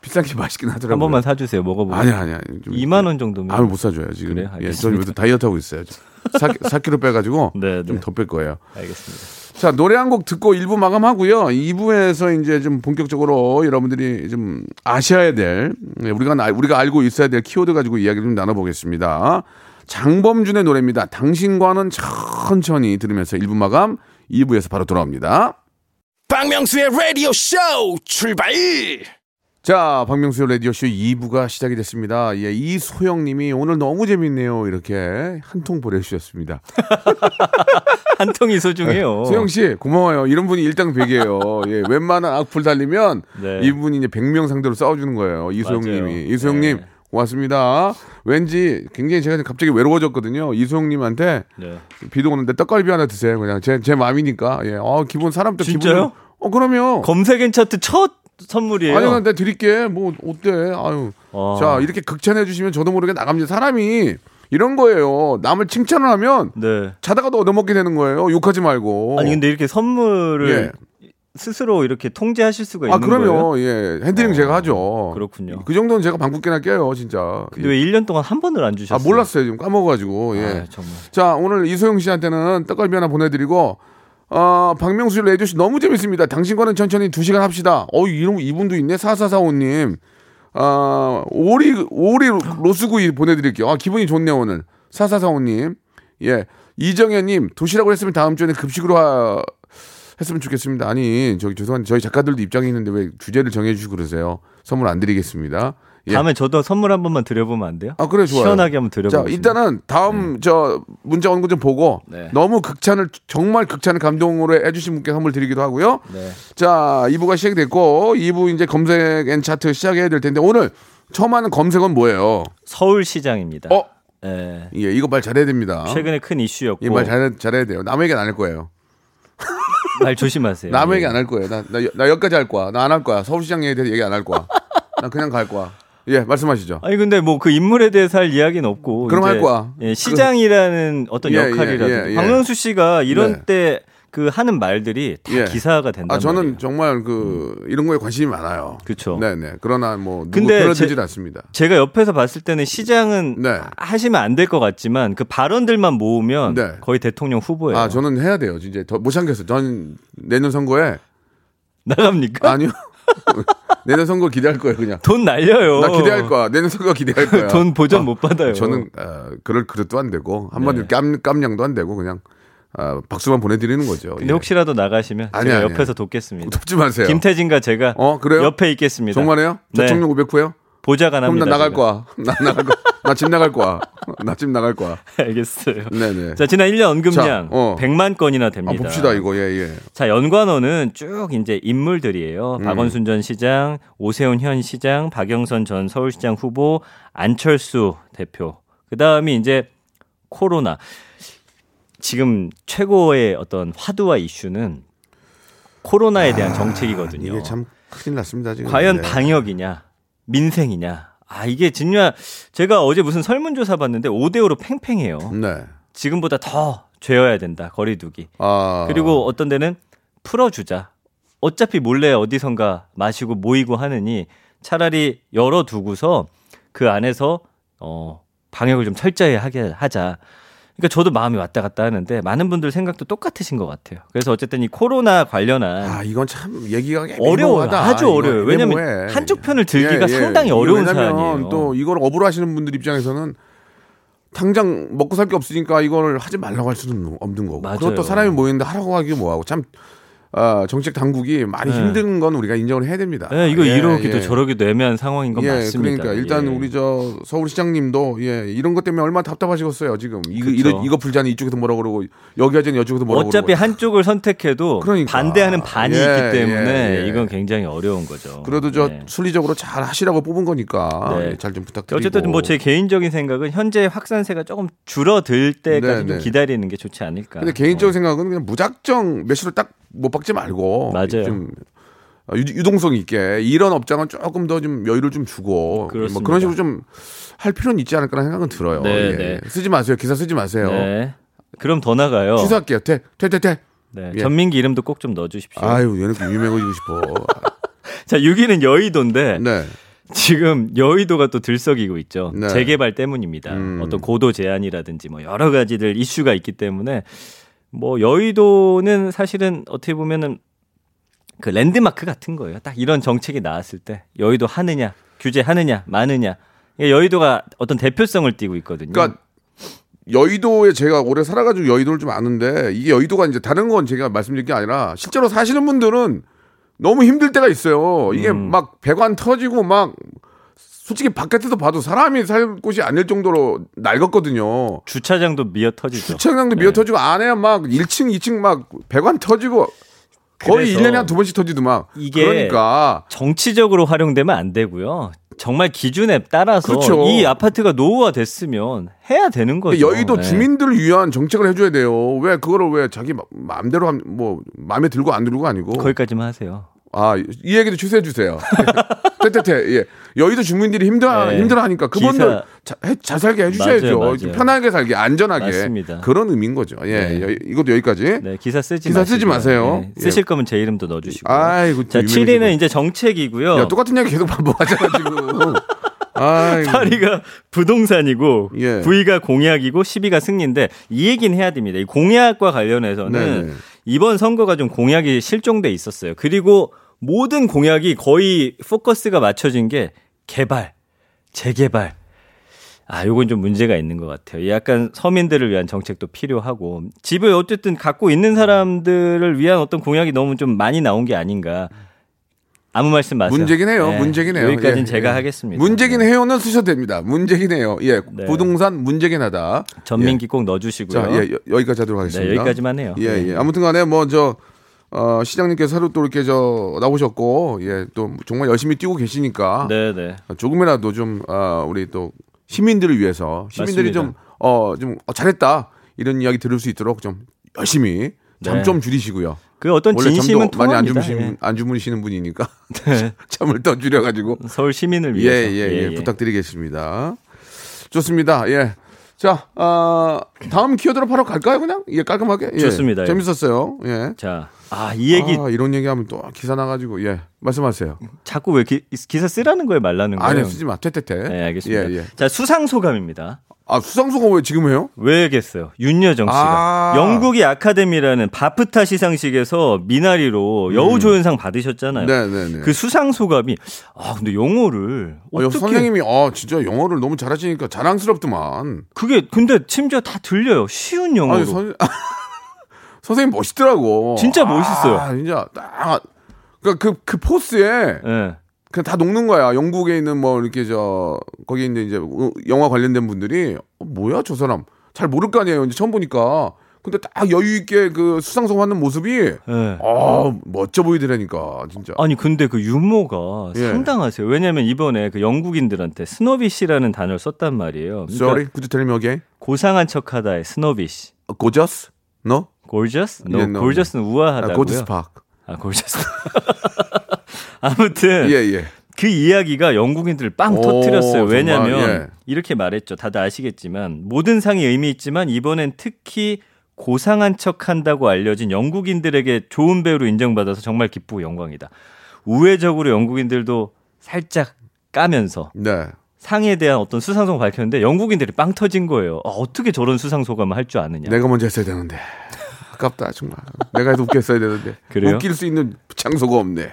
S3: 비싼 게 맛있긴 하더라고요.
S8: 한 번만 사주세요. 먹어보고.
S3: 아니 아니 아니. 좀
S8: 2만 원 정도면.
S3: 아못 사줘요 지금.
S8: 그래요?
S3: 예,
S8: 알겠습니다.
S3: 저는 요즘 다이어트 하고 있어요. 4, 4 k 로 빼가지고
S8: [laughs] 네,
S3: 좀
S8: 네.
S3: 더 뺄 거예요.
S8: 알겠습니다.
S3: 자 노래 한 곡 듣고 1부 마감하고요. 2부에서 이제 좀 본격적으로 여러분들이 좀 아셔야 될 예, 우리가 나- 우리가 알고 있어야 될 키워드 가지고 이야기 좀 나눠보겠습니다. 장범준의 노래입니다. 당신과는 천천히 들으면서 1부 마감 2부에서 바로 돌아옵니다.
S1: 박명수의 라디오 쇼 출발!
S3: 자, 박명수 라디오쇼 2부가 시작이 됐습니다. 예, 이소영님이 오늘 너무 재밌네요. 이렇게 한 통 보내주셨습니다.
S8: [laughs] 한 통이 소중해요.
S3: 네. 소영씨, 고마워요. 이런 분이 일당
S8: [laughs]
S3: 100이에요. 예, 웬만한 악플 달리면
S8: 네.
S3: 이분이 이제 100명 상대로 싸워주는 거예요. 이소영님이.
S8: 맞아요.
S3: 이소영님,
S8: 네. 고맙습니다.
S3: 고맙습니다. 왠지 굉장히 제가 갑자기 외로워졌거든요. 이소영님한테
S8: 네.
S3: 비도 오는데 떡갈비 하나 드세요. 그냥 제, 제 마음이니까. 예, 어, 기본, 사람 또 기분.
S8: 진짜요?
S3: 어, 그럼요.
S8: 검색엔 차트 첫 선물이에요.
S3: 아니, 근데 드릴게. 뭐, 어때? 아유.
S8: 아.
S3: 자, 이렇게 극찬해 주시면 저도 모르게 나갑니다. 사람이 이런 거예요. 남을 칭찬을 하면
S8: 네.
S3: 자다가도 얻어먹게 되는 거예요. 욕하지 말고. 예.
S8: 아니 근데 이렇게 선물을 스스로 이렇게 통제하실 수가
S3: 아,
S8: 있는 거예요?
S3: 그러면 예. 핸드링
S8: 어,
S3: 제가 하죠.
S8: 그렇군요.
S3: 그 정도는 제가 방귀깨나 깨요, 진짜. 예.
S8: 근데 왜 1년 동안 한 번을 안
S3: 아,
S8: 주셨어요?
S3: 몰랐어요. 지금 까먹어가지고. 예.
S8: 아, 정말.
S3: 자, 오늘 이소영 씨한테는 떡갈비 하나 보내드리고, 어, 박명수 레디오 씨 너무 재밌습니다. 당신과는 천천히 두 시간 합시다. 어, 이런, 이분도 있네. 4445님. 아, 오리, 오리 로스구이 보내드릴게요. 아, 기분이 좋네요, 오늘. 4445님. 예. 이정현님, 도시락을 했으면 다음 주에는 급식으로 하, 했으면 좋겠습니다. 아니, 저기 죄송한데 저희 작가들도 입장이 있는데 왜 주제를 정해주시고 그러세요? 선물 안 드리겠습니다. 예.
S8: 다음에 저도 선물 한 번만 드려보면 안 돼요?
S3: 아 그래 좋아요.
S8: 시원하게 한번
S3: 자
S8: 드려보세요.
S3: 일단은 다음 저 문자 오는 거 좀 보고
S8: 네.
S3: 너무 극찬을 정말 극찬을 감동으로 해주신 분께 선물 드리기도 하고요.
S8: 네.
S3: 자 2부가 시작이 됐고 2부 이제 검색 앤 차트 시작해야 될 텐데 오늘 처음 하는 검색은 뭐예요?
S8: 서울시장입니다.
S3: 어?
S8: 예.
S3: 예 이거 말 잘해야 됩니다. 예,
S8: 최근에 뭐? 큰 이슈였고
S3: 이말 잘 잘해야 돼요. 남에게 안 할 거예요.
S8: 말 조심하세요.
S3: 남에게
S8: 예.
S3: 안 할 거예요. 나 나 여기까지 할 거야. 나 안 할 거야. 서울시장 얘기 얘기 안 할
S8: [laughs]
S3: 거야. 나 그냥 갈 거야. 예 말씀하시죠.
S8: 아니 근데 뭐 그 인물에 대해서 할 이야기는 없고
S3: 그럼
S8: 이제
S3: 할 거야.
S8: 예, 시장이라는 어떤
S3: 예,
S8: 역할이라든지
S3: 예, 예, 예.
S8: 박명수 씨가 이런
S3: 네.
S8: 때 그 하는 말들이 다
S3: 예.
S8: 기사가 된다. 음.
S3: 아 저는 정말 그 이런 거에 관심이 많아요.
S8: 그쵸.
S3: 네네. 그러나 뭐 누구
S8: 근데
S3: 편들질
S8: 제-
S3: 않습니다.
S8: 제가 옆에서 봤을 때는 시장은
S3: 네.
S8: 하시면 안 될 것 같지만 그 발언들만 모으면
S3: 네.
S8: 거의 대통령 후보예요.
S3: 아 저는 해야 돼요. 진짜 더 못 참겠어. 전 내년 선거에
S8: 나갑니까?
S3: 아니요. [laughs] 내년 선거 기대할 거예요 그냥.
S8: [laughs] 돈 날려요.
S3: 나 기대할 거야. 내년 선거 기대할 거야.
S8: 어. [laughs] 돈 보전
S3: 아,
S8: 못 받아요. 네.
S3: 저는 어, 그럴 그릇도 안 되고 한마디로 깜 깜냥도 안 되고 그냥 아, 박수만 보내드리는 거죠.
S8: 근데 혹시라도 나가시면
S3: 예. 아니,
S8: 제가
S3: 아니,
S8: 옆에서
S3: 아니.
S8: 돕겠습니다.
S3: 덥지 마세요.
S8: 김태진과 제가
S3: 어, 그래요?
S8: 옆에 있겠습니다.
S3: 정말해요? 저
S8: 네.
S3: 청년 500호요?
S8: 보좌관
S3: 그럼
S8: 합니다.
S3: 나 나갈
S8: 제가.
S3: 거야. [laughs] 나 나갈 거. 나집 나갈 거야. 나 집 나갈 거야.
S8: [laughs] 알겠어요.
S3: 네네.
S8: 자, 지난 1년
S3: 자,
S8: 언급량
S3: 어.
S8: 100만 건이나
S3: 아,
S8: 됩니다.
S3: 봅시다 이거 예 예.
S8: 자, 연관어는 쭉 이제 인물들이에요.
S3: 음.
S8: 박원순 전 시장, 오세훈 현 시장, 박영선 전 서울시장 후보, 안철수 대표. 그 다음이 이제 코로나. 지금 최고의 어떤 화두와 이슈는 코로나에 대한 정책이거든요.
S3: 아, 이게 참 큰일 났습니다 지금.
S8: 과연
S3: 네.
S8: 방역이냐, 민생이냐. 아, 이게 진짜 제가 어제 무슨 설문조사 봤는데 5대5로 팽팽해요.
S3: 네.
S8: 지금보다 더 죄어야 된다, 거리두기.
S3: 아
S8: 그리고 어떤 데는 풀어주자. 어차피 몰래 어디선가 마시고 모이고 하느니 차라리 열어두고서 그 안에서 어, 방역을 좀 철저히 하게 하자. 그러니까 저도 마음이 왔다 갔다 하는데 많은 분들 생각도 똑같으신 것 같아요. 그래서 어쨌든 이 코로나 관련한
S3: 아 이건 참 얘기가
S8: 어려워요.
S3: 애매모호하다.
S8: 아주
S3: 이거
S8: 어려워요. 왜냐면
S3: 애매모호해. 예,
S8: 한쪽 편을 들기가 상당히
S3: 이거
S8: 어려운
S3: 왜냐면
S8: 사안이에요.
S3: 또 이걸 업으로 하시는 분들 입장에서는 당장 먹고 살 게 없으니까 이걸 하지 말라고 할 수는 없는 거고.
S8: 맞아요.
S3: 그것도 사람이 모이는데 하라고 하기 뭐하고 참 아, 정책 당국이 많이
S8: 네.
S3: 힘든 건 우리가 인정을 해야 됩니다.
S8: 예, 이거
S3: 예,
S8: 이러기도
S3: 예.
S8: 저러기도 애매한 상황인 건
S3: 예,
S8: 맞습니다.
S3: 그러니까 일단
S8: 예.
S3: 우리 저 서울시장님도 예 이런 것 때문에 얼마나 답답하시겠어요 지금 이거
S8: 그쵸.
S3: 이거, 이거 풀자니 이쪽에서 뭐라 그러고 여기 하자니 이쪽에서 뭐라
S8: 어차피
S3: 그러고
S8: 한쪽을 선택해도
S3: 그러니까.
S8: 반대하는 반이
S3: 예,
S8: 있기 때문에
S3: 예, 예.
S8: 이건 굉장히 어려운 거죠.
S3: 그래도 저
S8: 예.
S3: 순리적으로 잘 하시라고 뽑은 거니까 예,
S8: 네.
S3: 잘 좀 부탁드리고
S8: 어쨌든 뭐 제 개인적인 생각은 현재 확산세가 조금 줄어들 때까지
S3: 네, 네.
S8: 좀 기다리는 게 좋지 않을까. 어.
S3: 근데 개인적인 생각은 그냥 무작정 매수를 딱 못 박지 말고
S8: 맞아요.
S3: 좀 어, 유- 유동성 있게 이런 업장은 조금 더 좀 여유를 좀 주고 뭐
S8: 그렇습니다.
S3: 그런 식으로 좀 할 필요는 있지 않을까라는 생각은 들어요.
S8: 네,
S3: 예.
S8: 네.
S3: 쓰지 마세요. 기사 쓰지 마세요.
S8: 어. 네. 그럼 더 나가요.
S3: 취소할게요. 퇴, 퇴, 퇴, 퇴.
S8: 네.
S3: 예.
S8: 전민기 이름도 꼭 좀 넣어주십시오.
S3: 아유, 얘는 또 유명해지고
S8: [laughs]
S3: 싶어.
S8: 자, 6위는 여의도인데
S3: 네.
S8: 지금 여의도가 또 들썩이고 있죠.
S3: 네. 음.
S8: 재개발 때문입니다. 어떤 고도 제한이라든지 뭐 여러 가지들 이슈가 있기 때문에 뭐 여의도는 사실은 어떻게 보면은 그 랜드마크 같은 거예요. 딱 이런 정책이 나왔을 때 여의도 하느냐, 규제하느냐, 마느냐. 이게 여의도가 어떤 대표성을 띠고 있거든요.
S3: 그러니까
S8: 음.
S3: 여의도에 제가 오래 살아가지고 여의도를 좀 아는데 이게 여의도가 이제 다른 건 제가 말씀드린 게 아니라 실제로 사시는 분들은 너무 힘들 때가 있어요. 이게
S8: 음.
S3: 막 배관 터지고 막 솔직히 바깥에서 봐도 사람이 살 곳이 아닐 정도로 낡았거든요.
S8: 주차장도 미어 터지죠.
S3: 주차장도
S8: 네.
S3: 미어 터지고 안에 막 1층, 2층 막 배관 터지고 거의
S8: 그래서
S3: 1년에 한 두 번씩 터지도 막
S8: 이게
S3: 그러니까
S8: 정치적으로 활용되면 안 되고요. 정말 기준에 따라서
S3: 그렇죠.
S8: 이 아파트가 노후화됐으면 해야 되는 거죠.
S3: 여의도
S8: 네.
S3: 주민들을 위한 정책을 해줘야 돼요. 왜 그거를 왜 자기 마- 마음대로 함- 뭐 마음에 들고 안 들고 아니고
S8: 거기까지만 하세요.
S3: 아, 이 얘기도 취소해 주세요.
S8: [laughs]
S3: 테테테. 예. 여의도 주민들이 힘들어
S8: 예.
S3: 힘들어 하니까 그분들
S8: 기사-
S3: 자, 해- 잘 살게 해 주셔야죠.
S8: 맞아요, 맞아요.
S3: 편하게 살게, 안전하게.
S8: 맞습니다.
S3: 그런 의미인 거죠. 예.
S8: 네.
S3: 여- 이것도 여기까지.
S8: 네, 기사 쓰지
S3: 기사
S8: 마시고요.
S3: 쓰지 마세요. 예.
S8: 네, 쓰실 거면 제 이름도 넣어주시고.
S3: 아이고,
S8: 자,
S3: 유명해지고.
S8: 7위는 이제 정책이고요.
S3: 야, 똑같은 얘기 계속 뭐 반복하잖아,
S8: [laughs]
S3: 지금. 아이고.
S8: 8위가 부동산이고,
S3: 예.
S8: 9위가 공약이고, 10위가 승리인데, 이 얘기는 해야 됩니다. 이 공약과 관련해서는
S3: 네네.
S8: 이번 선거가 좀 공약이 실종돼 있었어요. 그리고 모든 공약이 거의 포커스가 맞춰진 게 개발, 재개발. 아, 요건 좀 문제가 있는 것 같아요. 약간 서민들을 위한 정책도 필요하고 집을 어쨌든 갖고 있는 사람들을 위한 어떤 공약이 너무 좀 많이 나온 게 아닌가. 아무 말씀 마세요.
S3: 문제긴 해요.
S8: 네,
S3: 문제긴 해요.
S8: 여기까지는
S3: 예,
S8: 제가
S3: 예.
S8: 하겠습니다.
S3: 문제긴
S8: 네.
S3: 해요는 쓰셔도 됩니다. 문제긴 해요. 예.
S8: 네.
S3: 부동산 문제긴 하다.
S8: 전민기 꼭
S3: 예. 자,
S8: 넣어주시고요.
S3: 예, 여, 기까지 하도록 하겠습니다.
S8: 네, 여기까지만 해요.
S3: 예, 예. 아무튼 간에 뭐 저 어, 시장님께서 하루 또 이렇게 저 나오셨고 예, 또 정말 열심히 뛰고 계시니까
S8: 네, 네.
S3: 조금이라도 좀 아, 우리 또 시민들을 위해서 시민들이
S8: 맞습니다.
S3: 좀 어, 좀 어, 잘했다. 이런 이야기 들을 수 있도록 좀 열심히 잠
S8: 네.
S3: 좀 줄이시고요.
S8: 그 어떤
S3: 원래
S8: 진심은
S3: 잠도 많이 안
S8: 통합니다.
S3: 주무시는,
S8: 예. 네.
S3: 안 주무시는 분이니까 [laughs] 잠을 더 줄여가지고
S8: 서울 시민을
S3: 예,
S8: 위해서.
S3: 예, 예, 부탁드리겠습니다. 좋습니다. 예. 자, 아, 다음 키워드로 바로 갈까요, 그냥? 예, 깔끔하게. 예,
S8: 좋습니다. 예.
S3: 재밌었어요. 예.
S8: 자, 아, 이 얘기 네.
S3: 아, 이런 얘기하면 또 기사 나가지고 예 말씀하세요.
S8: 자꾸 왜 기, 사 쓰라는 거예요, 말라는 거예요?
S3: 아니 쓰지 마. 퇴퇴퇴.
S8: 네, 알겠습니다.
S3: 예, 예.
S8: 자, 수상 소감입니다.
S3: 아 수상소가 왜 지금 해요?
S8: 왜겠어요? 윤여정 씨가
S3: 아.
S8: 영국의 아카데미라는 바프타 시상식에서 미나리로 여우조연상 받으셨잖아요.
S3: 음. 네네네.
S8: 그 수상 소감이 아 근데 영어를
S3: 어,
S8: 어떻게
S3: 선생님이 아 진짜 영어를 너무 잘하시니까 자랑스럽더만.
S8: 그게 근데 심지어 다 들려요. 쉬운 영어로.
S3: 아니 선 [laughs] 선생님 멋있더라고.
S8: 진짜 멋있어요.
S3: 아, 진짜 딱. 그러니까 그, 그 포스에
S8: 예.
S3: 그냥 다 녹는 거야. 영국에 있는 뭐 이렇게 저 거기 있는 이제 영화 관련된 분들이 어, 뭐야 저 사람 잘 모를 거 아니에요. 이제 처음 보니까. 근데 딱 여유 있게 그 수상성 하는 모습이
S8: 예.
S3: 아 멋져 보이더라니까 진짜.
S8: 아니 근데 그 유머가
S3: 예.
S8: 상당하세요. 왜냐면 이번에 그 영국인들한테 스노비시라는 단어를 썼단 말이에요. 그러니까
S3: Sorry, could you tell me again?
S8: 고상한 척하다의 스노비시.
S3: Gorgeous? No?
S8: 골저스?
S3: 예,
S8: 노
S3: no.
S8: 골저스는 우아하다고요.
S3: Gorgeous Park.
S8: 아, 골저스. [laughs] 아무튼
S3: 예 예.
S8: 그 이야기가 영국인들을 빵
S3: 오,
S8: 터뜨렸어요.
S3: 정말,
S8: 왜냐면
S3: 예.
S8: 이렇게 말했죠. 다들 아시겠지만 모든 상이 의미 있지만 이번엔 특히 고상한 척한다고 알려진 영국인들에게 좋은 배우로 인정받아서 정말 기쁘고 영광이다. 우회적으로 영국인들도 살짝 까면서
S3: 네.
S8: 상에 대한 어떤 수상소 감 밝혔는데 영국인들이 빵 터진 거예요. 아, 어떻게 저런 수상소감을 할 줄 아느냐.
S3: 내가 먼저 했어야 되는데. 아깝다 정말. 내가 해도 웃겼어야 되는데.
S8: 그래요?
S3: 웃길 수 있는 장소가
S8: [laughs]
S3: 없네.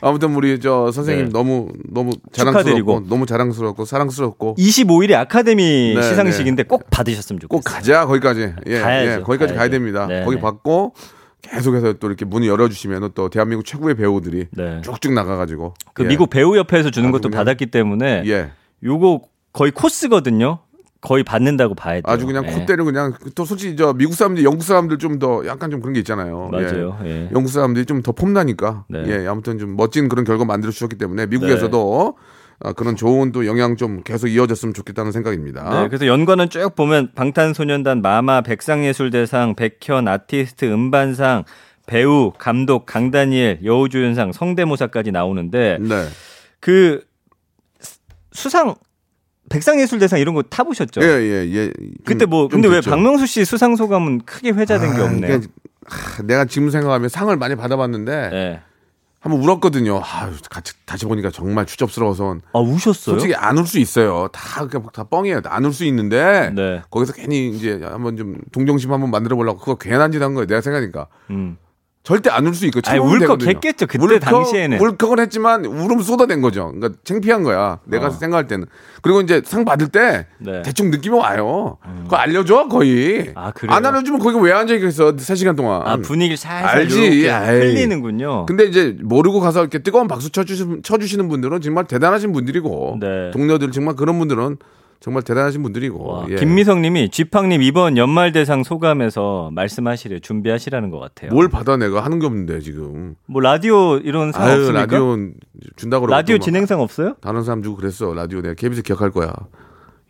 S3: 아무튼 우리 저 선생님
S8: 네.
S3: 너무 너무 자랑스럽고
S8: 축하드리고.
S3: 너무 자랑스럽고 사랑스럽고
S8: 25일에 아카데미
S3: 네,
S8: 시상식인데 꼭 받으셨으면 좋겠어요.
S3: 꼭 가자 거기까지. 예,
S8: 가야죠,
S3: 예 거기까지 가야
S8: 가야죠.
S3: 됩니다.
S8: 네,
S3: 거기
S8: 네.
S3: 받고 계속해서 또 이렇게 문을 열어주시면 또 대한민국 최고의 배우들이
S8: 네.
S3: 쭉쭉 나가가지고
S8: 그
S3: 예.
S8: 미국 배우 협회에서 주는
S3: 아주
S8: 것도
S3: 그냥-
S8: 받았기 때문에
S3: 예
S8: 요거 거의 코스거든요. 거의 받는다고 봐야 돼요.
S3: 아주 그냥
S8: 예.
S3: 콧대를 그냥 또 솔직히 저 미국 사람들 영국 사람들 좀 더 약간 좀 그런 게 있잖아요. 예.
S8: 맞아요. 예.
S3: 영국 사람들이 좀 더 폼나니까
S8: 네.
S3: 예 아무튼 좀 멋진 그런 결과 만들어 주셨기 때문에 미국에서도
S8: 네.
S3: 아, 그런 좋은 또 영향 좀 계속 이어졌으면 좋겠다는 생각입니다.
S8: 네, 그래서 연관은 쭉 보면 방탄소년단 마마 백상예술대상 백현 아티스트 음반상 배우 감독 강다니엘 여우조연상 성대모사까지 나오는데
S3: 네.
S8: 그 수- 수상 백상예술대상 이런 거 타보셨죠?
S3: 예, 예, 예. 좀-
S8: 그때 뭐
S3: 좀
S8: 근데 왜
S3: 됐죠.
S8: 박명수 씨 수상 소감은 크게 회자된 게
S3: 아,
S8: 없네요.
S3: 이게- 아, 내가 지금 생각하면 상을 많이 받아봤는데
S8: 예.
S3: 한번 울었거든요. 아유, 같이 다시 보니까 정말 추접스러워서
S8: 아 우셨어요?
S3: 솔직히 안 울 수 있어요. 다 그냥 다 뻥이에요. 안 울 수 있는데
S8: 네.
S3: 거기서 괜히 이제 한번 좀 동정심 한번 만들어 보려고 그거 괜한 짓 한 거예요. 내가 생각하니까
S8: 음.
S3: 절대 안 울 수 있고
S8: 아니,
S3: 참으면
S8: 울컥
S3: 되거든요.
S8: 했겠죠, 그때 당시에는.
S3: 울컥은 했지만 울음 쏟아낸 거죠. 그러니까 창피한 거야. 내가
S8: 어.
S3: 생각할 때는. 그리고 이제 상 받을 때
S8: 네. 음.
S3: 대충 느낌이 와요. 그거 알려줘 거의.
S8: 아, 그래요?
S3: 안 알려주면 거기 왜 앉아 있겠어? 3 시간 동안.
S8: 아 분위기를 살살
S3: 알지.
S8: 이렇게
S3: 아이.
S8: 흘리는군요.
S3: 근데 이제 모르고 가서 이렇게 뜨거운 박수 쳐주시는, 쳐주시는 분들은 정말 대단하신 분들이고
S8: 네.
S3: 동료들 정말 그런 분들은 정말 대단하신 분들이고
S8: 와,
S3: 예.
S8: 김미성님이 쥐팡님 이번 연말 대상 소감에서 말씀하시래 준비하시라는 것 같아요.
S3: 뭘 받아 내가 하는 게 없는데 지금
S8: 뭐 라디오 이런 상
S3: 아유
S8: 없습니까? 라디오,
S3: 라디오 준다고 그러고 또 막-
S8: 진행상 없어요?
S3: 다른 사람 주고 그랬어 라디오 내가 KBS 기억할 거야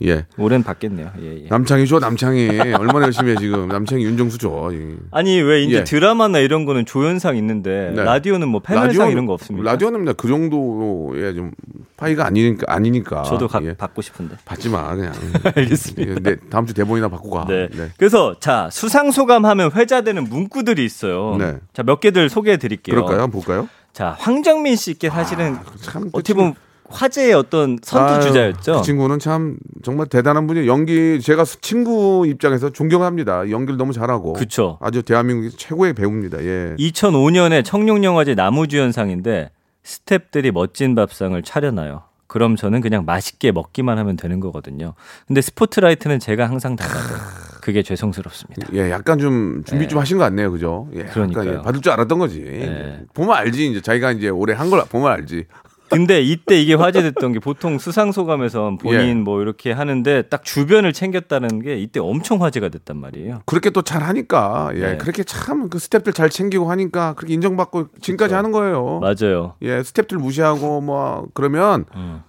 S3: 예
S8: 올해는 받겠네요. 예, 예.
S3: 남창이 줘 남창이 얼마나 열심히 해 지금 남창이 윤정수 줘 예.
S8: 아니 왜 이제
S3: 예.
S8: 드라마나 이런 거는 조연상 있는데
S3: 네.
S8: 라디오는 뭐 패널상 이런 거 없습니까?
S3: 라디오는 그냥 그 정도의 좀 파이가 아니니까 아니니까
S8: 저도 가,
S3: 예.
S8: 받고 싶은데.
S3: 받지 마 그냥
S8: [laughs] 알겠습니다.
S3: 예, 네, 다음 주 대본이나 받고 가
S8: 네.
S3: 네.
S8: 그래서 자 수상 소감하면 회자되는 문구들이 있어요.
S3: 네.
S8: 자 몇 개들 소개해 드릴게요.
S3: 그럴까요 아, 한번 볼까요
S8: 자 황정민 씨께 사실은
S3: 참그
S8: 어떻게 보면 화제의 어떤
S3: 아유,
S8: 선두 주자였죠.
S3: 그 친구는 참 정말 대단한 분이에요. 연기 제가 수- 친구 입장에서 존경합니다. 연기를 너무 잘하고
S8: 그쵸.
S3: 아주 대한민국 최고의 배우입니다. 예.
S8: 2005년에 청룡영화제 나무주연상인데 스탭들이 멋진 밥상을 차려놔요. 그럼 저는 그냥 맛있게 먹기만 하면 되는 거거든요. 근데 스포트라이트는 제가 항상 담아요. 그게 죄송스럽습니다.
S3: 예, 약간 좀 준비 좀 하신 것 같네요, 그죠? 예, 약간,
S8: 그러니까요. 예.
S3: 예, 받을 줄 알았던 거지. 보면 알지, 이제 자기가 이제 올해 한 걸 보면 알지.
S8: 근데 이때 이게 화제됐던 게 보통 수상 소감에서
S3: 예.
S8: 본인 뭐 이렇게 하는데 딱 주변을 챙겼다는 게 이때 엄청 화제가 됐단 말이에요.
S3: 그렇게 또 잘 하니까, 예,
S8: 네.
S3: 그렇게 참 그 스탭들 잘 챙기고 하니까 그렇게 인정받고 지금까지 하는 거예요.
S8: 맞아요.
S3: 예, 스탭들 무시하고 뭐 그러면
S8: 음.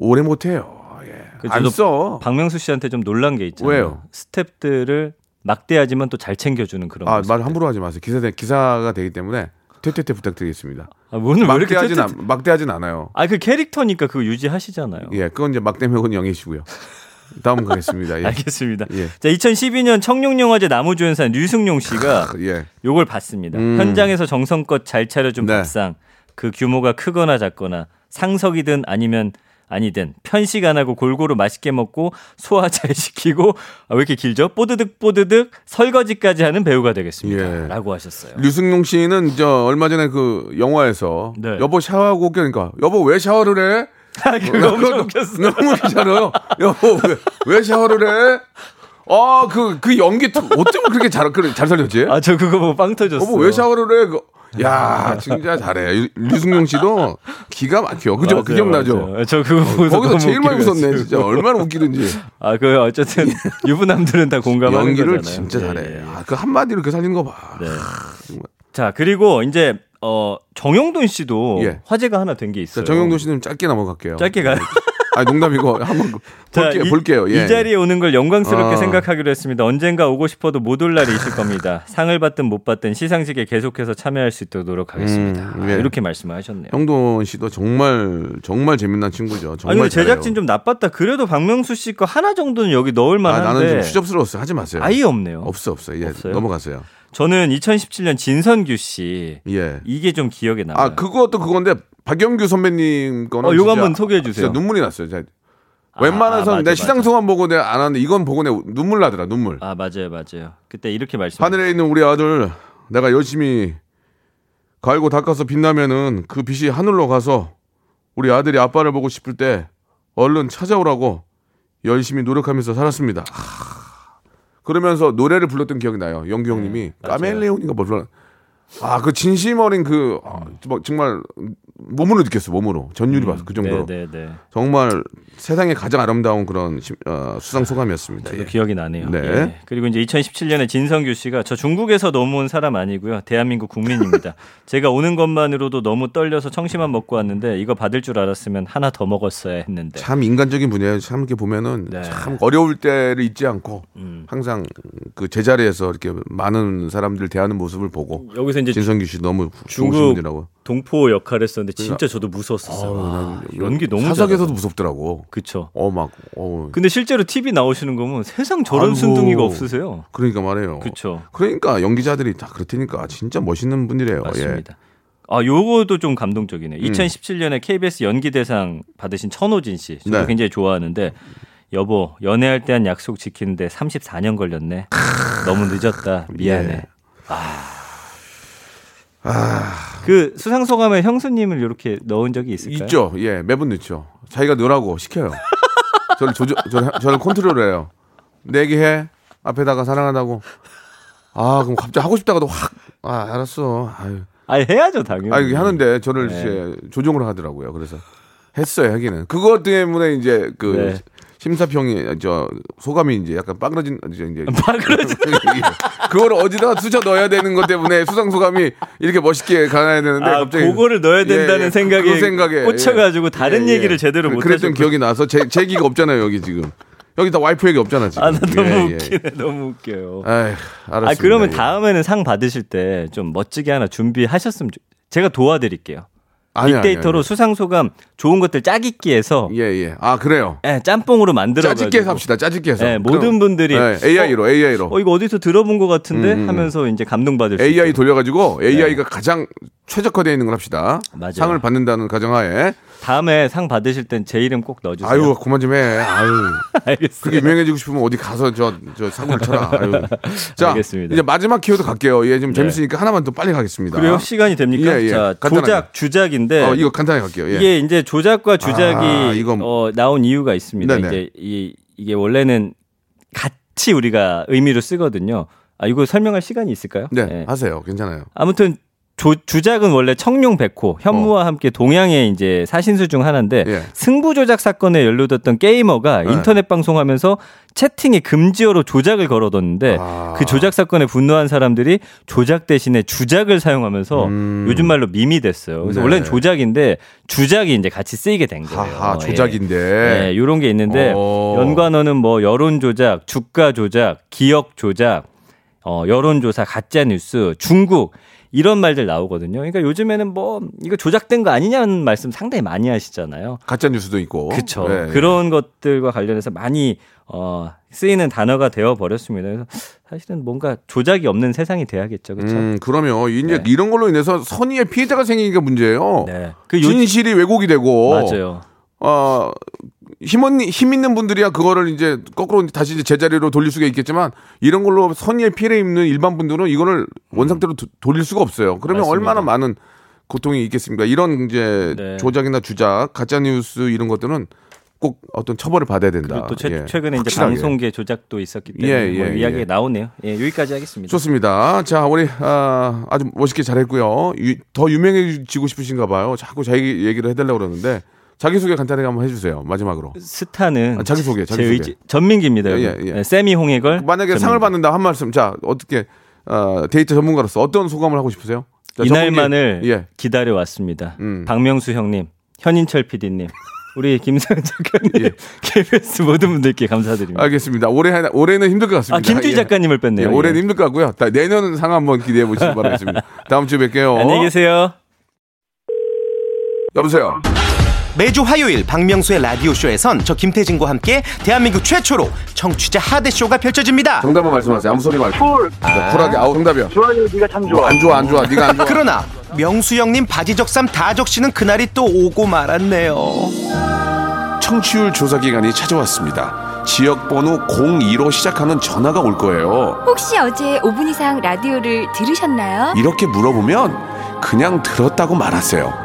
S3: 오래 못 해요. 예,
S8: 그래서
S3: 안
S8: 저도
S3: 써.
S8: 박명수 씨한테 좀 놀란 게 있잖아요.
S3: 왜요?
S8: 스탭들을 막대하지만 또 잘 챙겨주는 그런.
S3: 아,
S8: 모습들.
S3: 말 함부로 하지 마세요. 기사 기사가 되기 때문에 퇴퇴퇴 부탁드리겠습니다.
S8: 아, 오늘 왜 이렇게
S3: 막대하진
S8: 뜨뜻-
S3: 않, 막대하진 않아요.
S8: 아 그 캐릭터니까 그거 유지하시잖아요.
S3: 예, 그건 이제 막대면 영이시고요. 다음 가겠습니다. 예.
S8: 알겠습니다.
S3: 예.
S8: 자 2012년 청룡영화제 나무조연상 류승룡 씨가
S3: 예.
S8: 요걸 봤습니다.
S3: 음.
S8: 현장에서 정성껏 잘 차려준
S3: 네.
S8: 밥상 그 규모가 크거나 작거나 상석이든 아니면 아니든 편식 안 하고 골고루 맛있게 먹고 소화 잘 [laughs] 시키고 아, 왜 이렇게 길죠? 뽀드득 뽀드득 설거지까지 하는 배우가
S3: 예. [laughs]
S8: 되겠습니다.라고 하셨어요.
S3: 류승룡 씨는 저 얼마 전에 그 영화에서
S8: 네.
S3: 여보 샤워하고 오니까 여보 왜 샤워를
S8: [laughs]
S3: 해?
S8: 아, 그거
S3: 너무-
S8: 엄청 웃겼어요.
S3: 너무 귀찮아요. 여보 왜, 왜 샤워를 해? 아, 그, 그 연기, 투- 어쩌면 그렇게 잘, 그래, 잘 살렸지?
S8: 아 저 그거 보고 빵 터졌어.
S3: 어머, 뭐 왜 샤워를 해? 그, 야, 진짜 잘해. 유- 류승용 씨도 기가 막혀. 그죠? 그 기억나죠?
S8: 아, 저 그거 보고서
S3: 거기서
S8: 너무
S3: 제일 많이
S8: 웃기고
S3: 웃었네,
S8: 있어요.
S3: 진짜. 얼마나
S8: [laughs]
S3: 웃기는지.
S8: 아,
S3: [laughs]
S8: 그 어쨌든 유부남들은 다 공감하는
S3: 연기를
S8: 거잖아요.
S3: 진짜
S8: 예,
S3: 잘해.
S8: 예. 네.
S3: 아, 그 한마디로 그 살린 거 봐.
S8: 자, 그리고 이제 어 정영돈 씨도
S3: 예.
S8: 화제가 하나 된 게 있어요.
S3: 자, 정영돈 씨는 짧게 넘어갈게요.
S8: 짧게 가요.
S3: [laughs] 아, 농담이고.
S8: [laughs]
S3: 한번
S8: 자,
S3: 볼게요,
S8: 이-
S3: 볼게요. 예.
S8: 이 자리에 오는 걸 영광스럽게
S3: 아.
S8: 생각하기로 했습니다. 언젠가 오고 싶어도 못 올 날이 있을 겁니다. 상을 받든 못 받든 시상식에 계속해서 참여할 수 있도록 노력하겠습니다.
S3: 음, 예.
S8: 이렇게 말씀을 하셨네요.
S3: 형돈 씨도 정말, 정말 재미난 친구죠. 정말
S8: 아니 근데
S3: 잘해요.
S8: 제작진 좀 나빴다. 그래도 박명수 씨 거 하나 정도는 여기 넣을
S3: 아,
S8: 만한데
S3: 나는 좀 수접스러웠어요. 하지 마세요.
S8: 아예 없네요.
S3: 없어, 없어. 예,
S8: 없어요?
S3: 넘어가세요.
S8: 저는 2017년 진선규 씨
S3: 예.
S8: 이게 좀 기억에 남아요.
S3: 아, 그것도 그건데 박영규 선배님 거는
S8: 어, 요거
S3: 진짜-
S8: 한번 소개해 주세요.
S3: 진짜 눈물이 났어요. 진짜.
S8: 아,
S3: 웬만해서
S8: 맞아,
S3: 내
S8: 맞아.
S3: 시상소만 보고 내가 안 하는데 이건 보고 내 눈물 나더라. 눈물.
S8: 아 맞아요 맞아요. 그때 이렇게 말씀.
S3: 그렇죠. 하늘에 있는 우리 아들 내가 열심히 갈고 닦아서 빛나면은 그 빛이 하늘로 가서 우리 아들이 아빠를 보고 싶을 때 얼른 찾아오라고 열심히 노력하면서 살았습니다. 하, 그러면서 노래를 불렀던 기억이 나요. 영규 형님이
S8: 네, 맞아요.
S3: 까멜레온인가 뭐 불렀. 아그 진심 어린 그 아, 뭐 정말 몸으로 느꼈어 몸으로 전율이 봤어 그 정도로
S8: 음, 네네네.
S3: 정말 세상에 가장 아름다운 그런 시- 어,
S8: 네.
S3: 수상 소감이었습니다. 예.
S8: 기억이 나네요.
S3: 네.
S8: 예. 그리고 이제 2017년에 진성규 씨가 저 중국에서 넘어온 사람 아니고요. 대한민국
S3: [laughs]
S8: 국민입니다. 제가 오는 것만으로도 너무 떨려서 청심환 먹고 왔는데 이거 받을 줄 알았으면 하나 더 먹었어야 했는데.
S3: 참 인간적인 분야예요. 참 이렇게 보면은
S8: 네. 음.
S3: 참 어려울 때를 잊지 않고 항상 그 제자리에서 이렇게 많은 사람들 대하는 모습을 보고
S8: 여기서 이제
S3: 진성규 씨 너무 좋으신
S8: 중국
S3: 분이라고.
S8: 동포 역할을 했었는데
S3: 그러니까
S8: 진짜 저도 무서웠었어요. 아, 연기 너무
S3: 사석에서도
S8: 잘하더라고요.
S3: 무섭더라고.
S8: 그쵸.
S3: 어막 어.
S8: 근데 실제로 TV 나오시는 거면 세상 저런
S3: 아이고.
S8: 순둥이가 없으세요.
S3: 그러니까 말해요.
S8: 그쵸.
S3: 그러니까 연기자들이 다 그렇다니까 진짜 멋있는 분이래요. 예.
S8: 맞습니다. 아, 요거도 좀 감동적이네요.
S3: 음.
S8: 2017년에 KBS 연기대상 받으신 천호진 씨. 저도
S3: 네.
S8: 굉장히 좋아하는데 여보, 연애할 때 한 약속 지키는데 34년 걸렸네. 너무 늦었다. 미안해. 아.
S3: 예. 아.
S8: 그 수상 소감에 형수님을 이렇게 넣은 적이
S3: 예.
S8: 있을까요?
S3: 있죠. 예, 매번 늦죠. 자기가 넣으라고
S8: [laughs]
S3: 시켜요. 저를 조절, 저를, 저를 컨트롤해요. 내 얘기해. 앞에다가 사랑한다고. 아, 그럼 갑자기 하고 싶다가도 확. 아, 알았어. 아유.
S8: 아, 해야죠, 당연히.
S3: 아
S8: [laughs]
S3: 이게 하는데 저를
S8: 네.
S3: 이제 조종을 하더라고요. 그래서 했어요 하기는. 그것 때문에 이제 그
S8: 네.
S3: 심사평이 저 소감이 이제 약간 빠그러진 이제
S8: [laughs]
S3: 이제
S8: 아, 빠그러진-
S3: [laughs] 그걸 어디다가 수저 넣어야 되는 것 때문에 수상 소감이 이렇게 멋있게 가야 되는데
S8: 아,
S3: 갑자기
S8: 그거를 넣어야 된다는
S3: 그-
S8: 생각에
S3: 그 생각에 예,
S8: 꽂혀가지고 다른 얘기를 제대로 못
S3: 그랬던
S8: 하셨구나.
S3: 기억이 나서 제, 제 얘기가 없잖아요 여기 지금 여기 다 와이프 얘기 없잖아 지금
S8: 아, 나 너무
S3: 예, 예.
S8: 웃기네. 너무 웃겨요.
S3: 아휴, 알았습니다.
S8: 아, 그러면
S3: 예.
S8: 다음에는 상 받으실 때 좀 멋지게 하나 준비하셨으면 좋... 제가 도와드릴게요.
S3: 아니, 아니,
S8: 빅데이터로
S3: 아니.
S8: 수상 소감 좋은 것들 짜깁기해서
S3: 예 예. 아 그래요.
S8: 예, 짬뽕으로 만들어
S3: 짜집게 해서 합시다. 짜집게 해서.
S8: 예, 모든
S3: 그럼,
S8: 분들이
S3: 예, AI로 AI로
S8: 어 이거 어디서 들어본 것 같은데
S3: 음,
S8: 하면서 이제 감동받을 수
S3: AI
S8: 있도록.
S3: 돌려가지고 AI가 가장 최적화되어 있는 걸 합시다.
S8: 맞아요.
S3: 상을 받는다는 가정하에.
S8: 다음에 상 받으실 땐 제 이름 꼭 넣어주세요.
S3: 아유, 그만 좀 해. 아유. 그게
S8: [laughs] 알겠습니다.
S3: 유명해지고 싶으면 어디 가서 저, 저 상을 쳐라.
S8: [laughs]
S3: 아유. 자,
S8: 알겠습니다. 네.
S3: 이제 마지막 키워드 갈게요. 예, 지금 재밌으니까 하나만 더 빨리 가겠습니다.
S8: 그래요? 시간이 됩니까?
S3: 예, 예.
S8: 자,
S3: 간단하게.
S8: 조작 주작인데
S3: 어, 이거 간단하게 갈게요. 예.
S8: 이게 이제 조작과 주작이
S3: 아, 이건-
S8: 어, 나온 이유가 있습니다.
S3: 네네.
S8: 이제 이, 이게 원래는 같이 우리가 의미로 쓰거든요. 아 이거 설명할 시간이 있을까요?
S3: 네,
S8: 예.
S3: 하세요. 괜찮아요.
S8: 아무튼 조- 주작은 원래 청룡백호, 현무와 함께 동양의 이제 사신수 중 하나인데
S3: 어. 예.
S8: 승부 조작 사건에 연루됐던 게이머가
S3: 네.
S8: 인터넷 방송하면서 채팅에 금지어로 조작을 걸어뒀는데
S3: 아.
S8: 그 조작 사건에 분노한 사람들이 조작 대신에 주작을 사용하면서
S3: 음.
S8: 요즘 말로 밈이 됐어요. 그래서
S3: 네.
S8: 원래는 조작인데 주작이 이제 같이 쓰이게 된 거예요.
S3: 하하,
S8: 예.
S3: 조작인데.
S8: 네, 요런 게 있는데
S3: 어.
S8: 연관어는 뭐 여론 조작, 주가 조작, 기억 조작, 어 여론 조사, 가짜 뉴스, 중국 이런 말들 나오거든요. 그러니까 요즘에는 뭐 이거 조작된 거 아니냐는 말씀 상당히 많이 하시잖아요.
S3: 가짜 뉴스도 있고.
S8: 그렇죠.
S3: 예, 예.
S8: 그런 것들과 관련해서 많이 어 쓰이는 단어가 되어 버렸습니다. 그래서 사실은 뭔가 조작이 없는 세상이 돼야겠죠. 그렇죠?
S3: 음, 그러면 이제
S8: 네.
S3: 이런 걸로 인해서 선의의 피해자가 생기기가 문제예요.
S8: 네. 그 요...
S3: 진실이 왜곡이 되고
S8: 맞아요.
S3: 어, 힘, 없- 힘 있는 분들이야 그거를 이제 거꾸로 다시 이제 제자리로 돌릴 수가 있겠지만 이런 걸로 선의의 피해를 입는 일반 분들은 이거를 원상태로 도- 돌릴 수가 없어요. 그러면
S8: 음. 맞습니다.
S3: 얼마나 많은 고통이 있겠습니까? 이런 이제
S8: 네.
S3: 조작이나 주작, 가짜 뉴스 이런 것들은 꼭 어떤 처벌을 받아야 된다.
S8: 그리고 또 최,
S3: 예,
S8: 최근에 이제
S3: 확실하게.
S8: 방송계 조작도 있었기 때문에
S3: 예,
S8: 뭐
S3: 예,
S8: 이야기가
S3: 예.
S8: 나오네요. 예, 여기까지 하겠습니다.
S3: 좋습니다. 자, 우리 아, 아주 멋있게 잘했고요. 유- 더 유명해지고 싶으신가 봐요. 자꾸 자기 얘기를 해달라고 그러는데 자기 소개 간단하게 한번 해주세요. 마지막으로.
S8: 스타는
S3: 아, 자기소개,
S8: 제
S3: 자기소개.
S8: 의지- 전민기입니다.
S3: 예,
S8: 여러분.
S3: 예, 예.
S8: 네, 세미 홍해걸.
S3: 만약에 상을 받는다 한 말씀. 자, 어떻게 어, 데이트 전문가로서 어떤 소감을 하고 싶으세요? 자,
S8: 이날만을
S3: 전문기- 예,
S8: 기다려 왔습니다.
S3: 음.
S8: 박명수 형님, 현인철 PD님,
S3: [laughs]
S8: 우리 김상 작가님, [laughs] KBS 모든 분들께 감사드립니다.
S3: 예. 알겠습니다. 올해 하- 올해는 힘들 것
S8: 아,
S3: 같습니다.
S8: 김주희
S3: 예.
S8: 작가님을
S3: 예,
S8: 뺐네요.
S3: 올해는
S8: 예.
S3: 힘들 것 같고요. 다- 내년 상 한번 기대해 보시기
S1: [laughs]
S3: 바라겠습니다. 다음 주에 뵐게요.
S8: 안녕히 계세요.
S3: 여보세요.
S5: 매주 화요일 박명수의 라디오쇼에선 저 김태진과 함께 대한민국 최초로 청취자 하대쇼가 펼쳐집니다.
S3: 정답만 말씀하세요. 아무 소리 말고. 쿨. 쿨하게. 아우 정답이야. 좋아. 네가 참 좋아. 안 좋아 안 좋아. 네가 안 좋아.
S5: 그러나 명수 형님 바지 적삼 다 적시는 그날이 또 오고 말았네요.
S1: 청취율 조사 기간이 찾아왔습니다. 지역 번호 02로 시작하는 전화가 올 거예요.
S9: 혹시 어제 5분 이상 라디오를 들으셨나요?
S1: 이렇게 물어보면 그냥 들었다고 말하세요.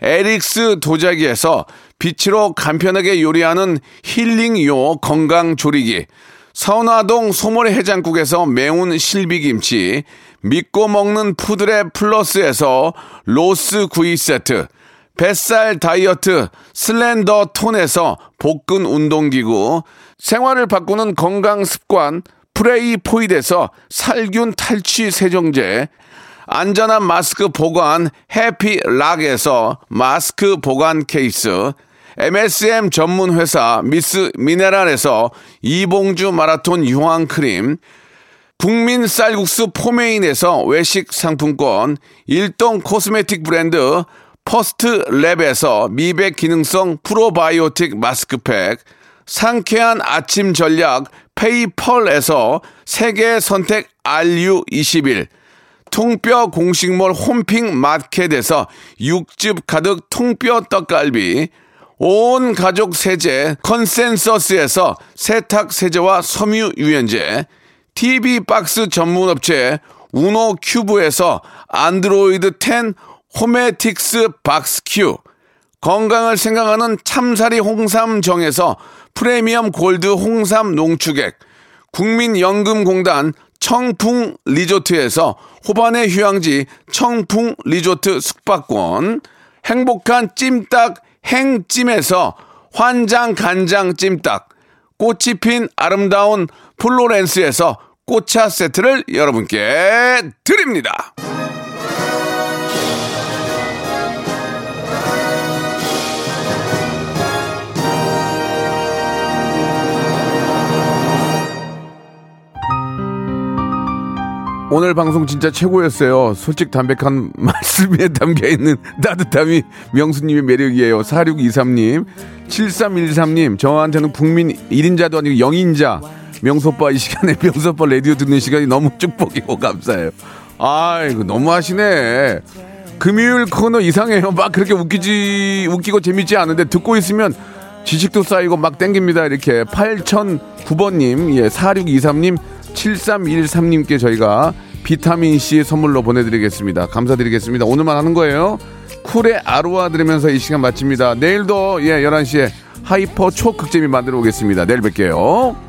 S3: 에릭스 도자기에서 빛으로 간편하게 요리하는 힐링요 건강조리기, 선화동 소머리 해장국에서 매운 실비김치, 믿고 먹는 푸드의 플러스에서 로스 구이 세트, 뱃살 다이어트 슬렌더 톤에서 복근 운동기구, 생활을 바꾸는 건강 습관 프레이 포이드에서 살균 탈취 세정제, 안전한 마스크 보관 해피락에서 마스크 보관 케이스, MSM 전문 회사 미스 미네랄에서 이봉주 마라톤 유황 크림, 국민 쌀국수 포메인에서 외식 상품권, 일동 코스메틱 브랜드 퍼스트 랩에서 미백 기능성 프로바이오틱 마스크팩, 상쾌한 아침 전략 페이펄에서 세계 선택 RU21, 통뼈 공식몰 홈핑 마켓에서 육즙 가득 통뼈 떡갈비, 온 가족 세제 컨센서스에서 세탁 세제와 섬유 유연제, TV 박스 전문 업체 우노 큐브에서 안드로이드 10 호메틱스 박스 큐, 건강을 생각하는 참사리 홍삼정에서 프리미엄 골드 홍삼 농축액, 국민연금공단 청풍 리조트에서 호반의 휴양지 청풍 리조트 숙박권, 행복한 찜닭 행찜에서 환장 간장 찜닭, 꽃이 핀 아름다운 플로렌스에서 꽃차 세트를 여러분께 드립니다. 오늘 방송 진짜 최고였어요. 솔직 담백한 [laughs] 말씀에 담겨 있는 따뜻함이 명수님의 매력이에요. 4623님, 7313님, 저한테는 국민 1인자도 아니고 0인자. 명소빠 이 시간에 [laughs] 명소빠 라디오 듣는 시간이 너무 축복이고 감사해요. 아이고, 너무하시네. 금요일 코너 이상해요. 막 그렇게 웃기지, 웃기고 재밌지 않은데 듣고 있으면 지식도 쌓이고 막 땡깁니다. 이렇게 8009번님, 예, 4623님, 7313님께 저희가 비타민C 선물로 보내드리겠습니다. 감사드리겠습니다. 오늘만 하는 거예요. 쿨의 아로하 들으면서 이 시간 마칩니다. 내일도 예, 11시에 하이퍼 초극재미 만들어 오겠습니다. 내일 뵐게요.